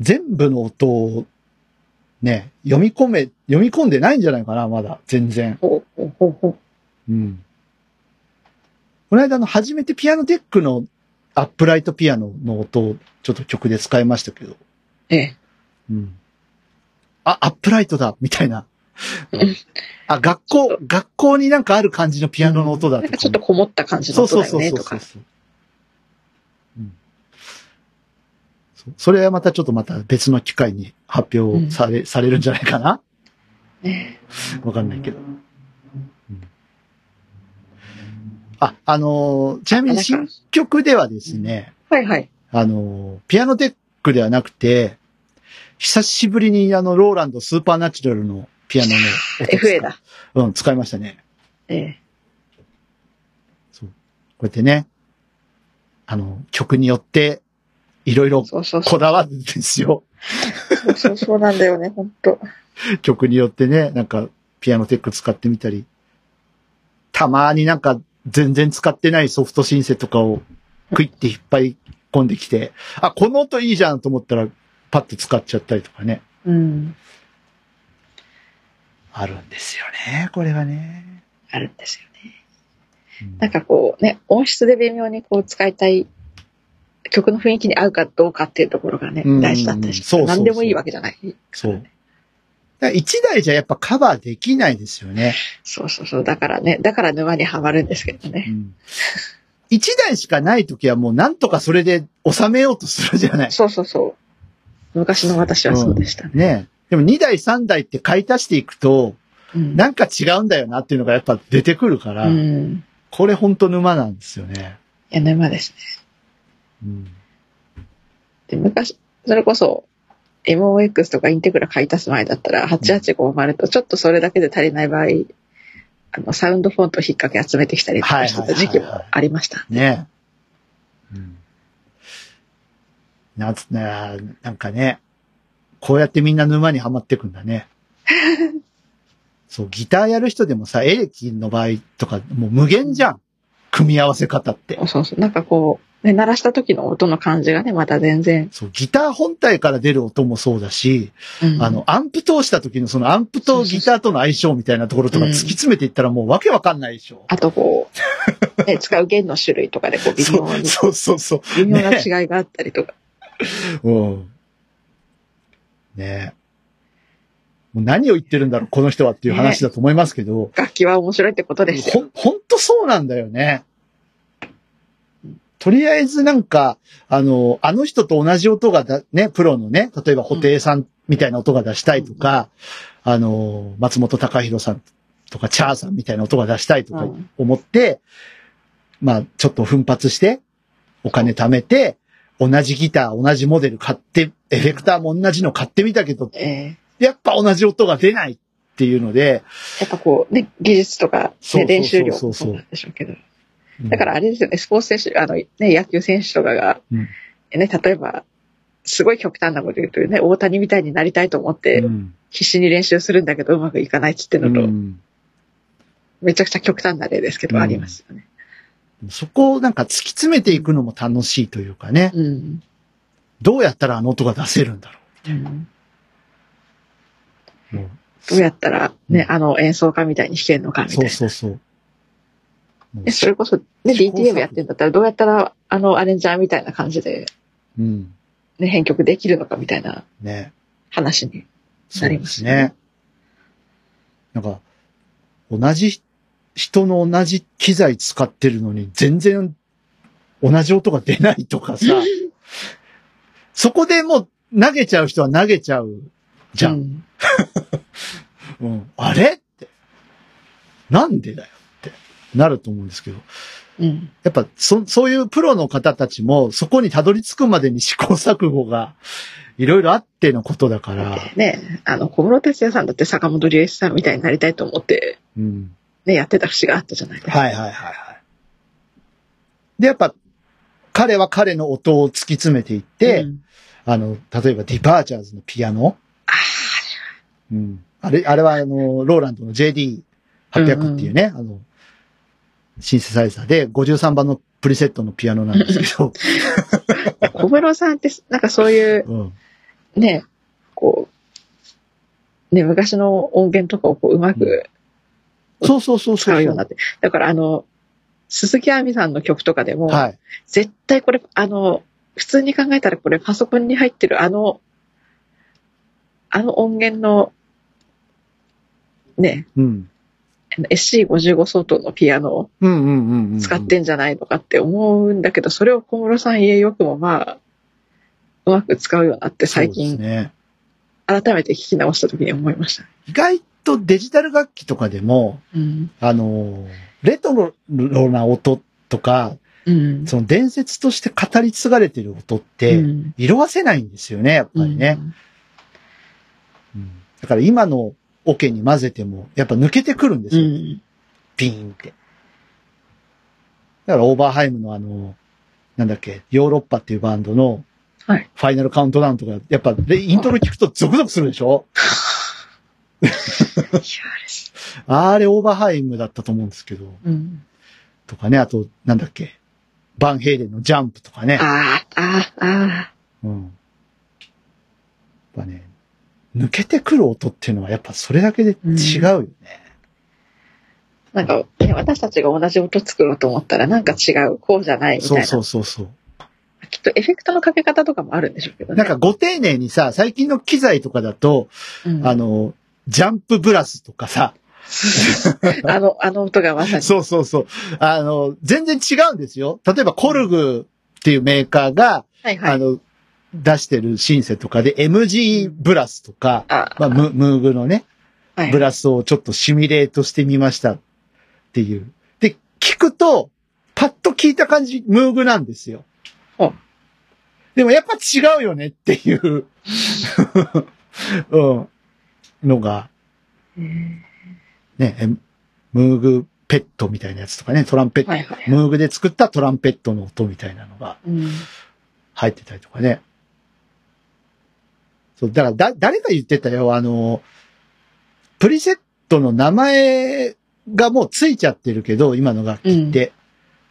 全部の音を、ね、読み込め、読み込んでないんじゃないかな、まだ、全然。
ほうほうほうほう。
うん。この間の初めてピアノテックのアップライトピアノの音をちょっと曲で使いましたけど、
ええ。
うん。あ、アップライトだみたいな
うん。
あ、学校、学校になんかある感じのピアノの音だ
なんかちょっとこもった感じの
そう
音
そうそう
だよね、
そう
と
そう
か。
そう。うんそうそれはまたちょっとまた別の機会に発表され、されるんじゃないかな
ね
わかんないけど。うんあ、あのーちなみに
あなん
新
か
曲ではですね、
はいはい。
あのーピアノテックではなくて、久しぶりにあの、ローランドスーパーナチュラルのピアノの音
FA だ。
うん、使いましたね。
ええ。
こうやってね、あの、曲によって、いろいろ
そうそうそ
こだわるんですよ。
う。そうそうなんだよね、ほんと。
曲によってね、なんか、ピアノテック使ってみたり、たまになんか、全然使ってないソフトシンセとかを、クイって引っ張り込んできて、あ、この音いいじゃんと思ったら、パッと使っちゃったりとかね。
うん。
あるんですよね、これがね。
あるんですよね。
うん
なんかこうね、音質で微妙にこう使いたい曲の雰囲気に合うかどうかっていうところがね、
うん
大事だったりして、
そうそうそう
何でもいいわけじゃない。
そう。だから一台じゃやっぱカバーできないですよ ね。
そうそうそう。だからね、だから沼にはまるんですけど
う
ね。
ん一台しかない時はもうなんとかそれで収めようとするじゃ ない。
そうそうそう。昔の私はそうでしたね。
ねえでも2台3台って買い足していくと、
うん。
なんか違うんだよなっていうのがやっぱ出てくるから、
うん。
これほんと沼なんですよね。
いや、沼ですね。
うん、
で昔、それこそ、MOX とかインテグラ買い足す前だったら、8850とちょっとそれだけで足りない場合、あの、サウンドフォント引っ掛け集めてきたりとかしてた時期もありました。
ねえ。うん、なつな、なんかね、こうやってみんな沼にはまってくんだ ね。そう、ギターやる人でもさ、エレキの場合とか、もう無限じゃん。組み合わせ方って。
そうそう。なんかこう、ね、鳴らした時の音の感じがね、また全然。
そう、ギター本体から出る音もそうだし、
うん
あの、アンプ通した時のそのアンプとギターとの相性みたいなところとか
う
突
ん
き詰めていったらもうわけわかんないでしょ。
あとこ う、ね、使う弦の種類とかでこう微
そ
妙
う
に、
そうそうそ
微妙な違いがあ ったりとか。
う。うん。ねもう何を言ってるんだろう、この人はっていう話だと思いますけど、
楽器は面白いってことです
ほ
よ。
ん、ほんとそうなんだよね。とりあえずなんか、あの、あの人と同じ音がだ、ね、プロのね、例えば布袋さんみたいな音が出したいとか、あの、松本隆弘さんとか、チャーさんみたいな音が出したいとか
うん
思って、まあ、ちょっと奮発して、お金貯めて、同じギター、同じモデル買って、エフェクターも同じの買ってみたけど、
ええ
やっぱ同じ音が出ないっていうので、
やっぱこう、ね、技術とか、
そうそうそうそう
ね、練習量もそうなんでしょうけど。だからあれですよね、スポーツ選手、あの、ね、野球選手とかが、
うん
ね、例えば、すごい極端なこと言うとね、大谷みたいになりたいと思っ
う
て、
ん、
必死に練習するんだけど、うまくいかないっつって
う
のと、
ん、
めちゃくちゃ極端な例ですけど、
うん
ありますよね。
そこをなんか突き詰めていくのも楽しいというかね、
うん。
どうやったらあの音が出せるんだろ
うん
う。もう
どうやったら、ね、
うん
あの演奏家みたいに弾けるのかみたい
そ
な。
うそうそう。もう
ねそれこそ、ね、
試行錯誤
DTM やってんだったら、どうやったら、あのアレンジャーみたいな感じで、
うん。
ね、編曲できるのかみたいな
ね。
話に。
そ
な
う
り
で
ますす
ね
ね。
なんか、同じ人の同じ機材使ってるのに全然同じ音が出ないと かさ、そこでもう投げちゃう人は投げちゃうじゃ。
うんん
うん、あれって。なんでだよってなると思うんですけど。
うん。
やっぱ、そ、そういうプロの方たちも、そこにたどり着くまでに試行錯誤が、いろいろあってのことだから、
ね、あの、小室哲也さんだって坂本龍一さんみたいになりたいと思って、
うん。
ね、やってた節があったじゃないですか。
はいはいはいはい。で、やっぱ、彼は彼の音を突き詰めていって、
うん
あの、例えばディパーチャーズのピアノ、
あ
うん。あれ、あれはあの、ローランドの JD800 っていうね、あの、シンセサイザーで53番のプリセットのピアノなんですけ ど、
ー小室さんって、なんかそういう、
うん。
ね、こう、ね、昔の音源とかをこう、うまく
そうそうそう
使
そうう
ようになって。だからあの、鈴木亜美さんの曲とかでも、
はい。
絶対これ、あの、普通に考えたらこれパソコンに入ってるあの、あの音源の、ね、
うん。
あの SC55 相当のピアノを
うんうんうんうんうん。
使ってんじゃないのかって思うんだけど、それを小室さん家よくもまあ、うまく使うようになって最
そうで
近
すね。
改めて聞き直した時に思いました。
意外とデジタル楽器とかでも、
うん。
あの、レトロな音とか、
うん。
その伝説として語り継がれてる音っ
う
て、
ん
色あせないんですよね、やっぱりね。うんだから今のオケに混ぜても、やっぱ抜けてくるんです
う
よ。
ん。
ピーンって。だからオーバーハイムのあの、なんだっけ、ヨーロッパっていうバンドの、フ
はい
ァイナルカウントダウンとか、やっぱでイントロ聞くとゾクゾクするでしょ
いやあれす
あれオーバーハイムだったと思うんですけど。
うん。
とかね、あと、なんだっけ、バンヘイレンのジャンプとかね。
ああ、ああ、ああ。
うん。やっぱね、抜けてくる音っていうのはやっぱそれだけで違うよね。
なんか、ね、私たちが同じ音作ろうと思ったらなんか違う、こうじゃないみたい
そう
な。
そうそうそう。
きっとエフェクトのかけ方とかもあるんでしょうけどね。
なんかご丁寧にさ、最近の機材とかだと、
うん、
あ
あの、
の、ジャンプブラスとかさ、
あの、音がまさに。
そうそうそう。あの、全然違うんですよ。例えばコルグっていうメーカーが、
はいは
あ
い。
の、出してるシンセとかで MG ブラスとか、
あ
まあ、ムムーグのね、
はい
ブラスをちょっとシミュレートしてみましたっていう。で、聞くと、パッと聞いた感じ、ムーグなんですよ
うん。
でもやっぱ違うよねっていう、 うん、のが、
うん
ね、えムーグペットみたいなやつとかね、トランペット、
はいはい。
ムーグで作ったトランペットの音みたいなのが
うん。
入ってたりとかね。そう、だからだ、誰が言ってたよ、あの、プリセットの名前がもうついちゃってるけど、今の楽器って。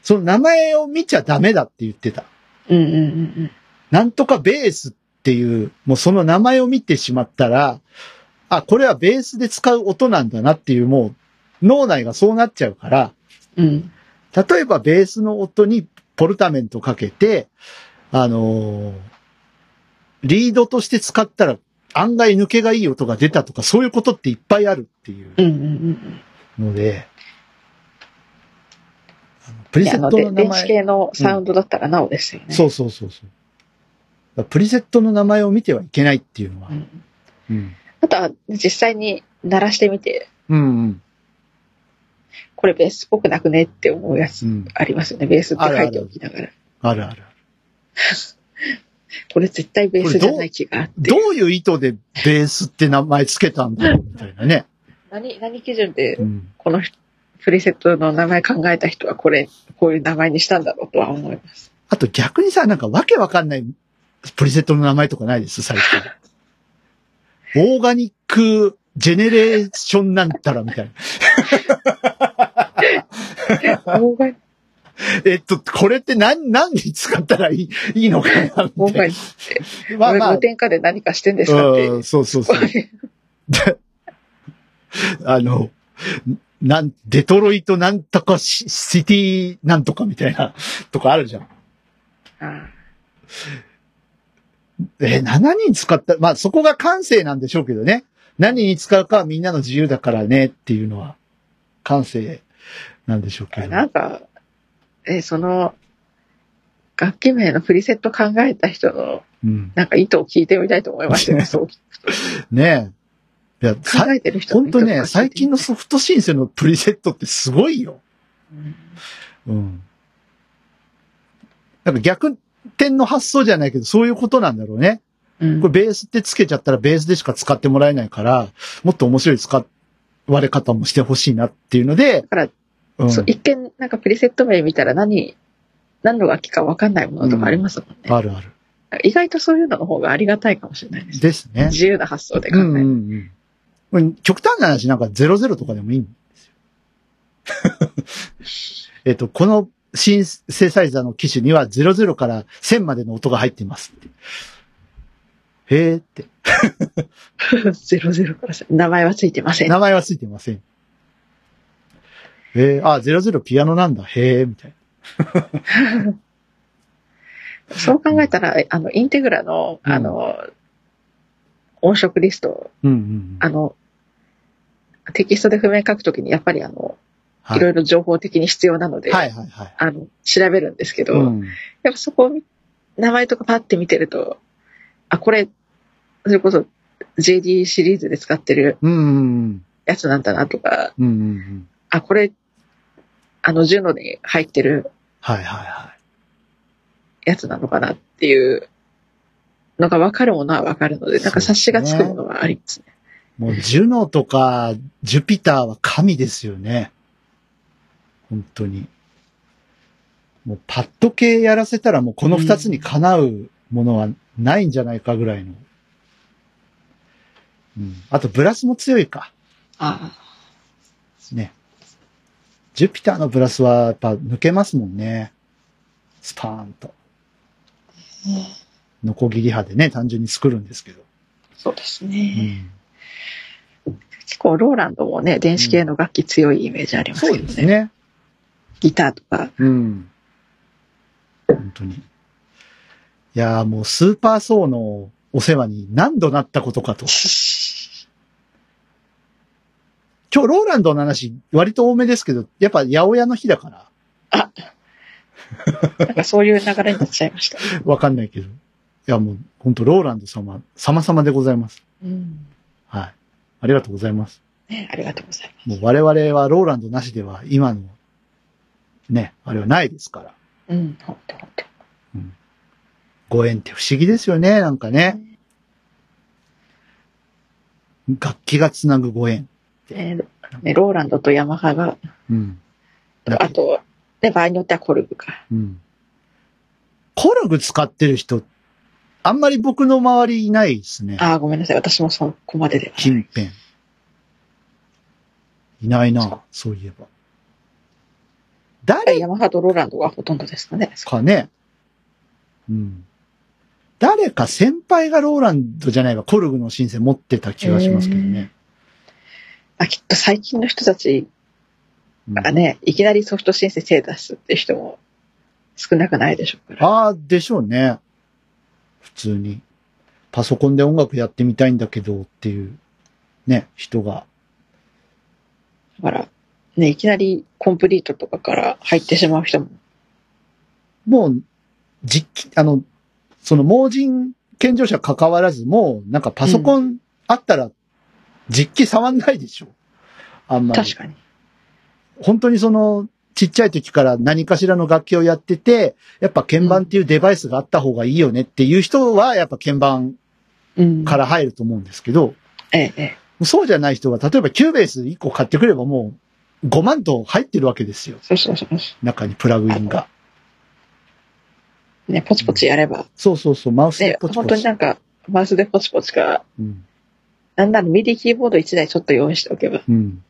その名前を見ちゃダメだって言ってた。
うんうんうん
なんとかベースっていう、もうその名前を見てしまったら、あ、これはベースで使う音なんだなっていう、もう脳内がそうなっちゃうから、
うん。うん。
例えばベースの音にポルタメントかけて、あのーリードとして使ったら案外抜けがいい音が出たとか、そういうことっていっぱいあるっていう
うんうん
ので、あのプ
う
リ
ん。で
セ
あ
ッ
の、
ト
で
の名
電子
前、
系のサウンドだったらなおですよね。
そうそうそうそう。だからプリセットの名前を見てはいけないっていうのは
う。ん
うん。
あとは、実際に鳴らしてみて、
うんうん。
これベースっぽくなくねって思うやつ
うん
ありますよね。ベースって書いておきながら。
あるある。
これ絶対ベースじゃない気があって
ど。ういう意図でベースって名前つけたんだろうみたいなね。
何、何基準で
うん。
このプリセットの名前考えた人はこれ、こういう名前にしたんだろうとは思 います。
あと逆にさ、なんかわけわかんないプリセットの名前とかないです、最近。オーガニックジェネレーションなんたらみたいな。
オーガニ
えっと、これって何、何に使ったらいい、いいのかなみ
オー
た
ガ
い
ニ
な。まあま
無
あ、
添加で何かしてんですかって。
うん、そうそうそう。あの、なん、デトロイトなんとかシシティなんとかみたいなとかあるじゃん。
あ
えー、7人使った、まあそこが感性なんでしょうけどね。何に使うかはみんなの自由だからねっていうのは感性なんでしょうけ
あ
ど。
なんか、え、その、楽器名のプリセット考えた人の
うん。
なんか意図を聞いてみたいと思いました ね。そう
ねえ。いや、さ
考えてる人の
本
意図
当
を聞いてみたい
ね、最近のソフトシンセのプリセットってすごいよ。
う
う
ん
ん。なんか逆転の発想じゃないけど、そういうことなんだろうね。
うん
これベースってつけちゃったらベースでしか使ってもらえないから、もっと面白い使われ方もしてほしいなっていうので、
だから、
うん
そう一見なんかプリセット名見たら何、何の楽器か分かんないものとかありますもんね。
あるある。
意外とそういうのの方がありがたいかもしれないです。
ですね。
自由な発想で考
うんう
える。
んうん。極端な話、なんか00とかでもいいんですよ。えっと、このシンセサイザーの機種には00から1000までの音が入っていますって。へーって。
ゼロゼロからさ名前はついてません。
名前はついてません。えー、あ、00ピアノなんだ。へーみたい
そう考えたら、あの、インテグラの、
うん
あの、音色リスト、
な。うんうんう
あ
ん。
の、テキストで譜面書くときに、やっぱりあの、
はい
ろいろ情報的に必要なので、
はいはいはい。
あの、調べるんですけど、
うん。
やっぱそこを見、名前とかパッて見てると、あ、これ、それこそ JD シリーズで使ってる
うんうん
やつなんだなとか、
うん。うんうんうん。
あ、これ、あの、ジュノに入ってる
はいはいは
やつなのかなっていうのが分かるものは分かるので、なんか察しがつくものはありますね。
い。もうジュノとかジュピターは神ですよね。本当に。もうパッド系やらせたらもうこの二つにかなうものはないんじゃないかぐらいの。うん。あとブラスも強いか。
ああ。
ね。ジュピターのブラスはやっぱ抜けますもんね。スパーンと。ノコギリ波でね、単純に作るんですけど。
そうです
う
ね。
ん。
結構、ローランドもね、電子系の楽器強いイメージあります
そう
けど
で
ね。
すね。
ギターとか。
うん。本当に。いやーもうスーパーソーのお世話に何度なったことかと。今日ローランドの話割と多めですけど、やっぱ八百屋の日だから、
なんかそういう流れになっちゃいました。
わかんないけど。いやもう本当ローランド様、様々でございます。
うん。
はい。ありがとうございます。
ね、ありがとうございます。
もう我々はローランドなしでは今の、ね、あれはないですから。
うん、ほんとほんと。
ご縁って不思議ですよね、なんかね。楽器がつなぐご縁。
ねねローランドとヤマハが、
うん。
あと、ね、場合によってはコルグか。
うん。コルグ使ってる人、あんまり僕の周りいないですね。
ああ、ごめんなさい。私もそこまででは。
近辺。いないな、そういえば。誰
ヤマハとローランドがほとんどですかね。
かね。うん。誰か先輩がローランドじゃないか、コルグの申請持ってた気がしますけどね。
あきっと最近の人たち
うん
がね、いきなりソフト申請手出すっていう人も少なくないでしょうから。
ああ、でしょうね。普通に。パソコンで音楽やってみたいんだけどっていう、ね、人が。
だから、ね、いきなりコンプリートとかから入ってしまう人も。
もう、実機、あの、その盲人健常者関わらず、もうなんかパソコンあったら実機触んないでしょ。あんまり
確。かに。
本当にその、ちっちゃい時から何かしらの楽器をやってて、やっぱ鍵盤っていうデバイスがあった方がいいよねっていう人は、やっぱ鍵盤
うん。
から入ると思うんですけど、
ええ、ええ。
そうじゃない人は、例えばキューベース1個買ってくればもう5万と入ってるわけですよ。
そうそうそうそ
中にプラグインが。
う。ね、ポチポチやれば。
そうそうそう、マウスで
ね、
ポチポ
本当に
チ。
なんか、マウスでポチポチか、
うん。
なんならミディキーボード1台ちょっと用意しておけば。
うん。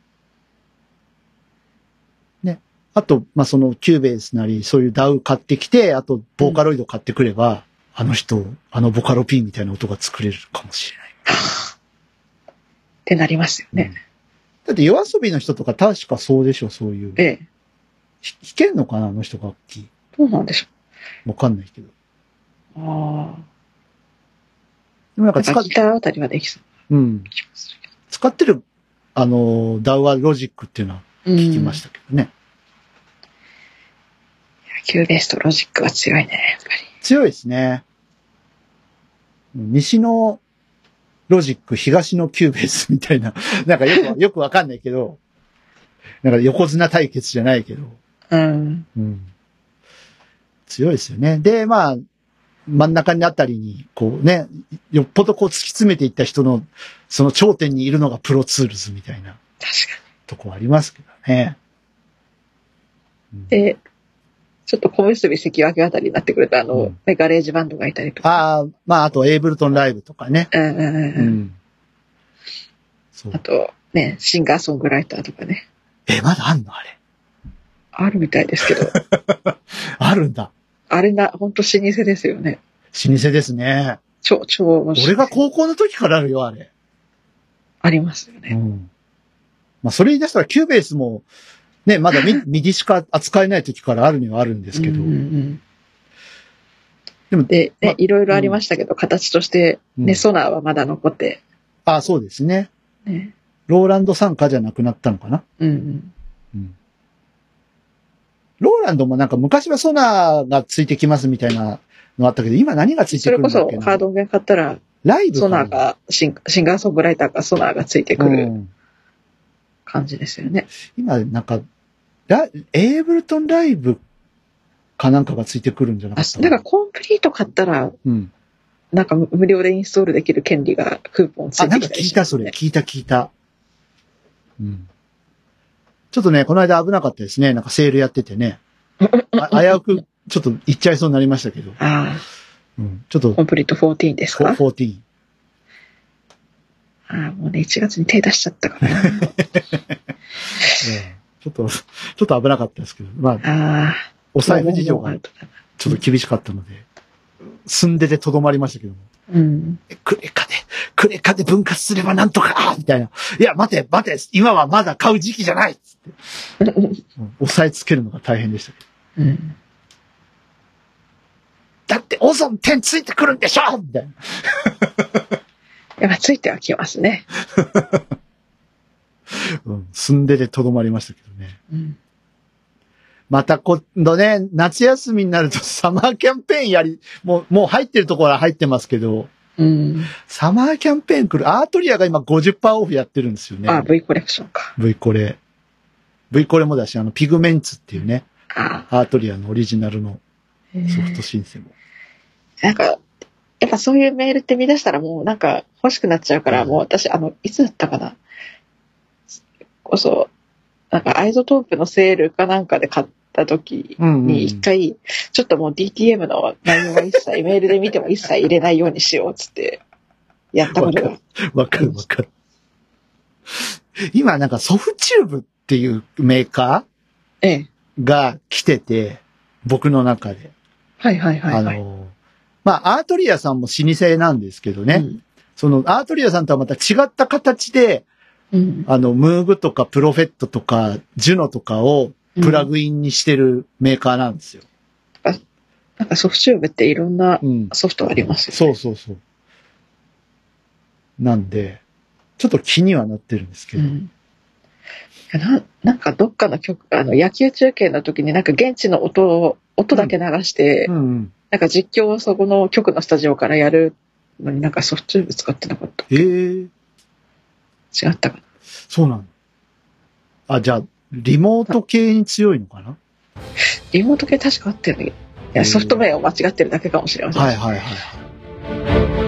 ね。あと、まあ、そのキューベースなり、そういう DAW 買ってきて、あと、ボーカロイド買ってくれば、あの人、あのボカロ P みたいな音が作れるかもしれない。
ってなりますよね。
だって夜遊びの人とか確かそうでしょ、そういう。
ええ。
ひ弾けんのかな、あの人楽器。
どうなんでしょ
わかんないけど。で
う。あ
もなん
あ。
か
なん
使
か
っ
ギ、ターあたりはできそう
うん
な。気もする
使ってる、あの、DAW はロジックっていうのは
けど。
聞きましたけどね。
た。キューベースとロジックは強いね、やっぱり。
強いですね。西のロジック、東のキューベースみたいな、 なんかよく、よくわかんないけど、なんか横綱対決じゃないけど、
うん。
うん。強いですよね。で、まあ、真ん中にあたりに、こうね、よっぽどこう突き詰めていった人の、その頂点にいるのがプロツールズみたいな
確か
とこありますけどね。うん
に。で、ちょっと小結び関脇あたりになってくれたあの、
うん
ねガレージバンドがいたりとか。あ。
ああ、まあ、あと、エイブルトンライブとかね。
うんうんうん
う
うん。
ん。そう
あ。と、ね、シンガーソングライターとかね。
え、まだあんのあれ。
あるみたいですけど、
あるんだ。
あれな、ほんと老舗ですよね。
老舗ですね。
超、超面白
俺
い
が高校の時からあるよ、あれ。
ありますよ
う
ね。
ん。まあ、それ言い出したら、キューベースも、ね、ま だミミディしか扱えない時からあるにはあるんですけど。
うんうん
で
うん、
も
で、
ま
ね、いろいろありましたけど、形として、ね、
うん
ソナーはまだ残って、
あ、そうですね。
ね。
ローランド参加じゃなくなったのかな。
うんうん。
うん。ローランドもなんか昔はソナーがついてきますみたいなのあったけど、今何がついて
そ
くる
れ
んだ
こ
っ
そ、
けな
カード音源買ったら、
ライブ
ソ
かな
ナーがシン、シンガーソングライターかソナーがついてく
う
る
ん
感じですよね。
今、なんか、ラエイブルトンライブかなんかがついてくるんじゃなか
あ
った
なんか、コンプリート買ったら、
うん。
なんか無無料でインストールできる権利がクーポンつ
あ、
い
な
て
んか
きたり
聞い
して、
た、それ。。聞いた、聞いた。うん。ちょっとね、この間危なかったですね。なんかセールやっててね。あ 危うく、ちょっと行っちゃいそうになりましたけど。
あ
うん。ちょっと
あ、コ、ンプリート14ですか
14。
ああ、もうね、1月に手出しちゃったから。
ええちょっと、ちょっと危なかったですけど。まあ、
ああ。
お財布事情
もう
が
もう
ちょっと厳しかったので、住んでてとどまりましたけども。
うん。
クレカで、クレカで分割すればなんとかあーみたいな。いや、待て、待て、今はまだ買う時期じゃないっつって、うん押さえつけるのが大変でしたけど。
うん。
だって、オゾン点ついてくるんでしょみたいな。
やっぱついてはきますね。
うん、住んででとどまりましたけどね。
うん。
また今度ね、夏休みになるとサマーキャンペーンやり、もう、もう入ってるところは入ってますけど、
うん。
サマーキャンペーン来る。アートリアが今50%オフやってるんですよね。
ああ、V コレクションか。
V コレ。V コレもだし、あの、ピグメンツっていうね、
ああ。
アートリアのオリジナルのソフト
な
申請も。
んか、やっぱそういうメールって見出したらもうなんか欲しくなっちゃうから、もう私、あの、いつだったかな。こそ、なんかアイゾトープのセールかなんかで買った時
うん
に一回、ちょっともう DTM の内容は 一切、メールで見ても一切入れないようにしようっつって、やったことが。
わかるわかる。今なんかソフチューブっていうメーカ
ええ。
ーが来てて、僕の中で。
はいはいはい、はい。
あの、まあ、アートリアさんも老舗なんですけどね、そのアートリアさんとはまた違った形で、
うん。うん。
あの、ムーグとかプロフェットとかジュノとかをプラグインにしてるメーカーなんですよ。
なんかソフトチューブっていろんな
うん。
ソフトありますよ、
そうそうそう。なんで、ちょっと気にはなってるんですけ
う
ど、
ん。ななんかどっかの曲、あの野球中継の時になんか現地の音を、音だけ流して、
うんうん。
なんか実況をそこの局のスタジオからやるのになんかソフトチューブ使ってなかった。
ええ
違ったかな。
そうなの。あ、じゃあ、リモート系に強いのかな
リモート系確かあったよね。い
うん
や、ソフト面を間違ってるだけかもしれません。
はいはいはいはい。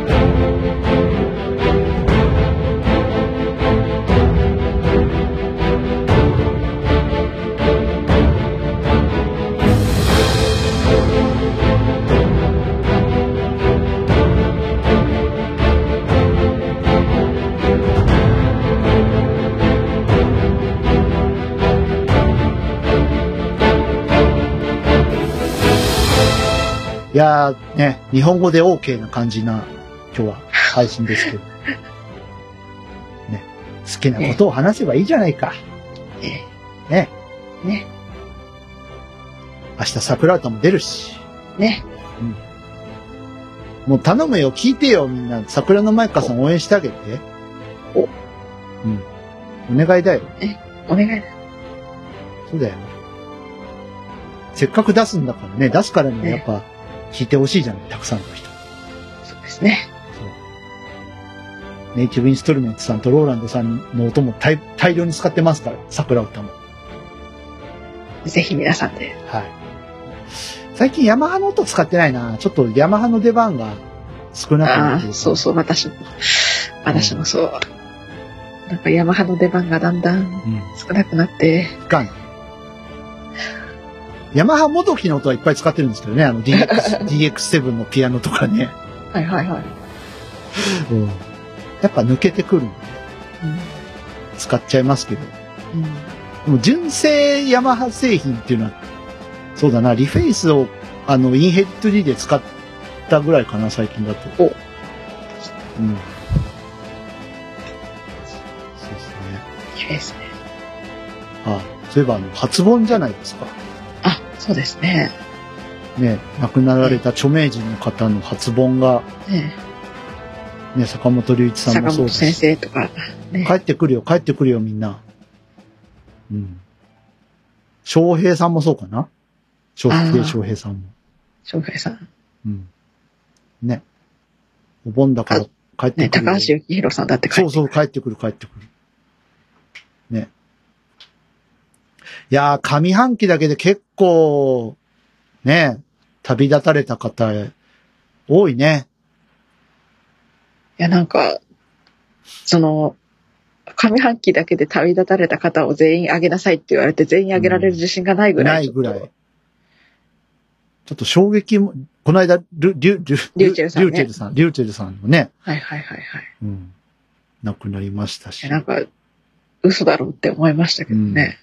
いやーね、日本語で OK な感じな今日は配信です けど。ね、好きなことを話せばいいじゃないか。
ね
ね、
ね。
明日桜歌も出るし。
ね。
もう頼むよ、聞いてよ、みんな。桜の舞香さん応援してあげて。
お
うん。お願いだよ。
お願いだ。
そうだよ。せっかく出すんだからね、出すからにはやっぱ聞いてほしいじゃない、たくさんの人。
そうですね。
ネイティブインストルメントさんとローランドさんの音も大大量に使ってますから、桜歌も。
ぜひ皆さんで。
はい。最近ヤマハの音使ってないな。ちょっとヤマハの出番が少なくなっ
あ
て
あ、そうそう、私も。私もそう。なんかヤマハの出番がだんだん
う。うん。
少なくなって。
いかん。ヤマハ元キの音はいっぱい使ってるんですけどね。あの DX、DX7 のピアノとかね。
はいはいは
う
い。
ん。やっぱ抜けてくるんで、使っちゃいますけど。
うん。うん
でも純正ヤマハ製品っていうのは、そうだな、リフェイスを、あの、インヘッド D で使ったぐらいかな、最近だと。
お
うん。そうですね。
綺麗ですね。
はい。そういえば、あの、初盆じゃないですか。
あ、そうですね。
ね、亡くなられた著名人の方の初盆が、
ね
ね、坂本龍一さんも
坂
そう
本
です
先生とか。ね
帰ってくるよ、帰ってくるよ、みんな。うん。翔平さんもそうかな笑
あー
平翔平さんも。
翔平さん。
うん。ね。お盆だから帰って
ね、
くるよ。
高橋幸宏さんだって書
そ
いうて
そう、帰ってくる、帰ってくる。ね。いやー、上半期だけで結構、ね、旅立たれた方、多いね。
いや、なんか、その、上半期だけで旅立たれた方を全員あげなさいって言われて、全員あげられる自信がないぐらい。
ないぐらい。ちょっと衝撃も、この間、ル、リュ、リュ、
リューチェルさん
リ
ね
ューチェルさん、リューチェルさんもね、
はいはいはいはい。
うん。亡くなりました
い
し
や、な、んか、嘘だろうって思いましたけどね。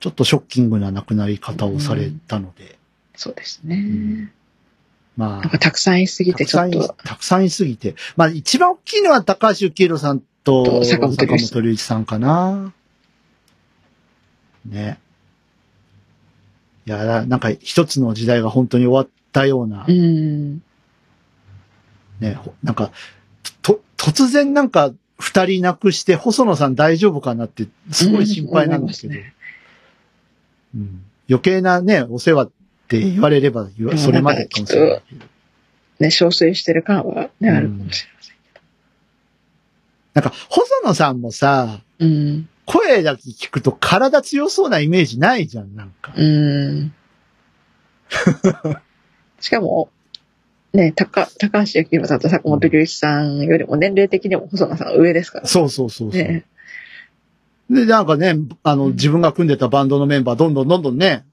ちょっとショッキングな亡くなり方をされたので、
そうですね。
んま
なん
あ
か、たくさんいすぎ
た
て、
く
ち
さ
ょっ
んい
と、
たくさんいすぎて。まあ、一番大きいのは高橋幸宏さんと
と
坂本
坂本龍一
龍一さんかな。ね。いや、ななんか一つの時代が本当に終わったような
う、ん。
ね、ほなんか、と、突然なんか二人亡くして細野さん大丈夫かなってすごい心配なんですけど。
うん思い
うん余計なね、お世話って言われれば言わ、
うん
それまでかもしれないけど。
ね、憔悴してる感はね、
うん
あるかもしれません。
なんか、細野さんもさ、
うん。
声だけ聞くと体強そうなイメージないじゃん、なんか。
うん。しかも、ね、高、高橋幸宏さんと坂本龍一さんよりも年齢的にも細野さんが上ですから
そうそうそうそう。
ね。
で、なんかね、あの、
うん
自分が組んでたバンドのメンバー、どんどんどんどんね、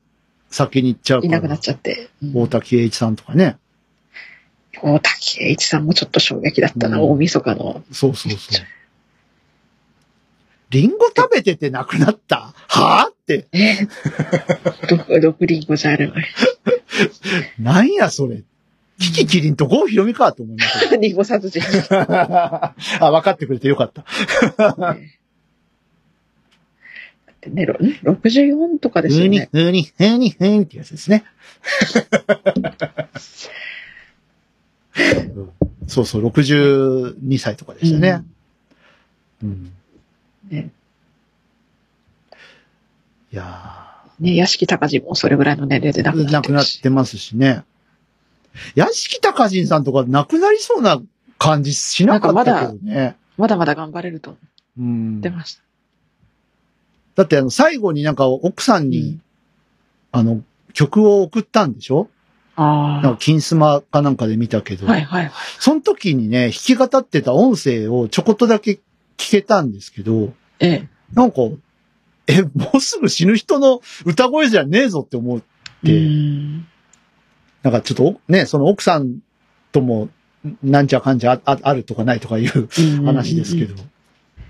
先に行っちゃうか
い
ら。
なくなっちゃって。うん
大滝栄一さんとかね。
大滝栄一さんもちょっと衝撃だったな、
うん
大晦日の。
そうそうそう。リンゴ食べてて亡くなったはぁって、
ね 毒、毒リンゴじゃあるまい。
なんやそれ。キキキリンと郷ひろみかと思いました。
リンゴ殺人。
あ、分かってくれてよかった。
だってね、ろ64とか
ふ
ですよ
に、
ね。
ふに、ふに、ふにっ てやつですね。うんそうそう、62歳とかでしたね。うん。
ね
いや
ね、屋敷隆人もそれぐらいの年齢で亡く
ー、
な
亡
って
く
る
なっ
し。
てますしね。屋敷隆人さんとか亡くなりそうな感じしなかったけどね。
まだまだ頑張れると思
うん。
ってました。
だってあの、最後になんか奥さんに、あの、曲を送ったんでしょなん
あ
か、金スマかなんかで見たけ
あ。
ど、
はいはいはい。
その時にね、弾き語ってた音声をちょこっとだけ聞けたんですけど、
ええ。
なんか、え、もうすぐ死ぬ人の歌声じゃねえぞって思って、
うん
なんかちょっとおね、その奥さんとも、なんちゃかんちゃあああるとかないとかいう話ですけ。
うん
ど、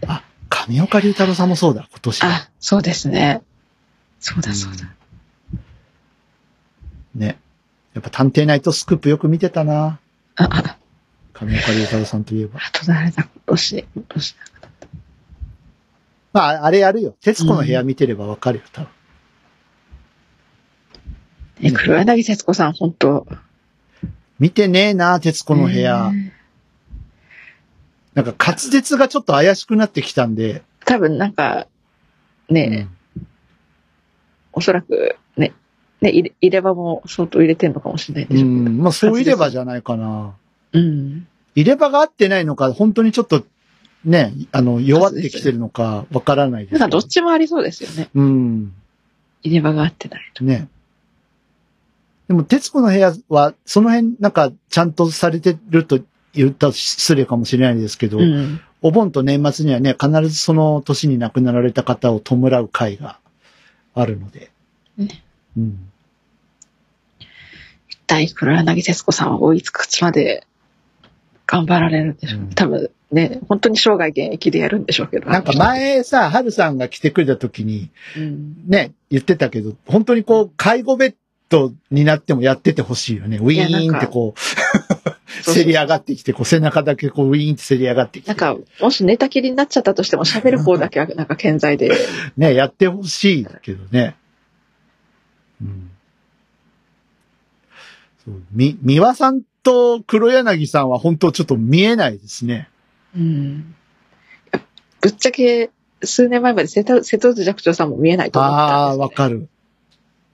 あ、上岡龍太郎さんもそうだ、今年は。
あ、そうですね。そうだそうだ。
ね。やっぱ探偵ナイトスクープよく見てたな。
あ、あ、
上岡龍太郎さんといえば。
あと誰だ、今年、今年だ。
まあ、あれやるよ。徹子の部屋見てればわかるよ、多分。
ね、黒柳節子さん、本当
見てねえな、徹子の部屋。
ね
なんか滑舌がちょっと怪しくなってきたんで。
多分なんか、
う
ね、
ん
おそらく、ね、ね、入れ入れ歯も相当入れてんのかもしれないで
う
しょうけど。
ん。まあ、そういればじゃないかな。
うん。
入れ歯が合ってないのか、本当にちょっと、ね、あの、弱ってきてるのか、わからないです
な
け
んかどっちもありそうですよね。
うん。
入れ歯が合ってないと。
ね。でも、徹子の部屋は、その辺、なんか、ちゃんとされてると言ったら失礼かもしれないですけど、
うん。
お盆と年末にはね、必ずその年に亡くなられた方を弔う会があるので。
ね
うん。
一体黒柳節子さんは追いつくつまで頑張られるんでしょう。
うん
多分ね、本当に生涯現役でやるんでしょうけど。
なんか前さ、春さんが来てくれた時に、
うん。
ね、言ってたけど、本当にこう、介護ベッドになってもやっててほしいよね。ウィ
いやなん
ーン
か
ってこう、
そう
せり上がってきて、こう、背中だけこう、ウィーンってせり上がってきて。
なんか、もし寝たきりになっちゃったとしても喋る方だけはなんか健在で。
ね、やってほしいけどね。うん。そう、み、三輪さんと黒柳さんは本当ちょっと見えないですね。
うん。ぶっちゃけ、数年前まで瀬戸瀬戸内寂聴さんも見えないと思って
あ
た
あー、
ん
わかる。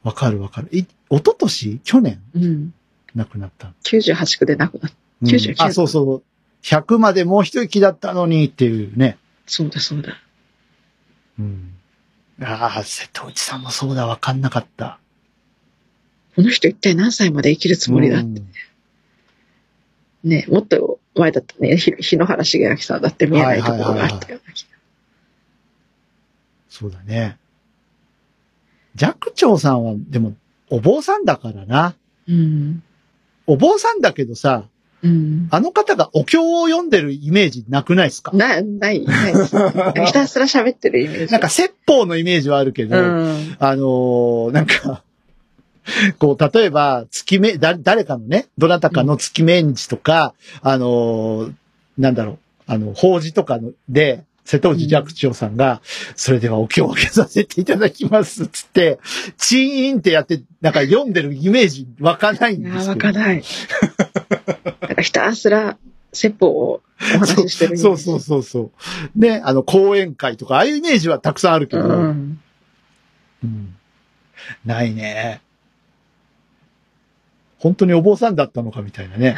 わかるわかる。い、一昨年去年
です、うん。
亡くなった。
98区で亡くなった。
うん
99
あ、そうそう。100までもう一息だったのにっていうね。
そうだそうだ。
うん。ああ、瀬戸内さんもそうだ、わかんなかった。
この人一体何歳まで生きるつもりだって。
うん
ね、もっと前だったね、ひ日野原茂明さんだって見えないところがあったような気が。
そうだね。寂聴さんは、でも、お坊さんだからな。
うん。
お坊さんだけどさ、
うん。
あの方がお経を読んでるイメージなくないですか
な、ない、ないです。ひたすら喋ってるイメージ。
なんか、説法のイメージはあるけど、
うん。
あのーなんか、 こう、例えば、月命、だ、誰かのね、どなたかの月命日とか、あのーなんだろう、あの、法事とかので、瀬戸内寂聴さんが、それではお経を受けさせていただきます、つって、チーンってやって、なんか読んでるイメージ湧かないん
い
で
や
す
ー、わ
けど
か。ない。なんかひたすら、説法をお話ししてるイメージ。
そうそうそうそう。ね、あの、講演会とか、ああいうイメージはたくさんあるけど、
うん。
うんないね。本当にお坊さんだったのかみたいな ね。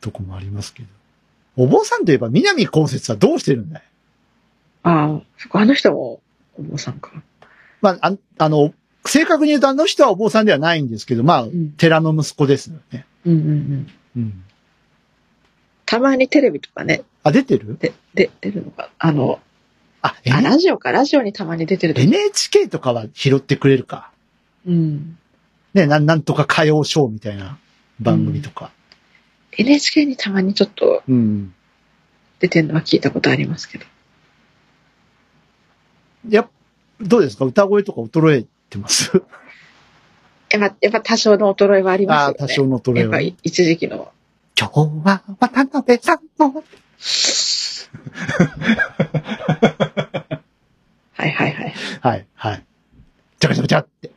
とこもありますけど。お坊さんといえば南こうせつはどうしてるんだい
ああ、そっか、あの人も、お坊さんか。
まあ、ああの、正確に言うとあの人はお坊さんではないんですけど、まあ
う、ん。
寺の息子ですよね。
うんうんうん。
うん。
たまにテレビとかね、
あ、出てる
で、で、出るのか。あの、
あ、
あ、
N-
ラジオか、ラジオにたまに出てる時。
NHK とかは拾ってくれるか。
うん。
ね、なんなんとか歌謡ショーみたいな番組とか。
NHK にたまにちょっと
うん
出てるのは聞いたことありますけど。
やっどうですか歌声とか衰えてます
やっぱ、やっぱ多少の衰えはあります
あ
よ
あ、
ね。
多少の衰え
やっ
は
ぱ。い一時期の。
今日は渡辺さんの。
はいはいはい。
はい、はい。ちゃかちゃかちゃって。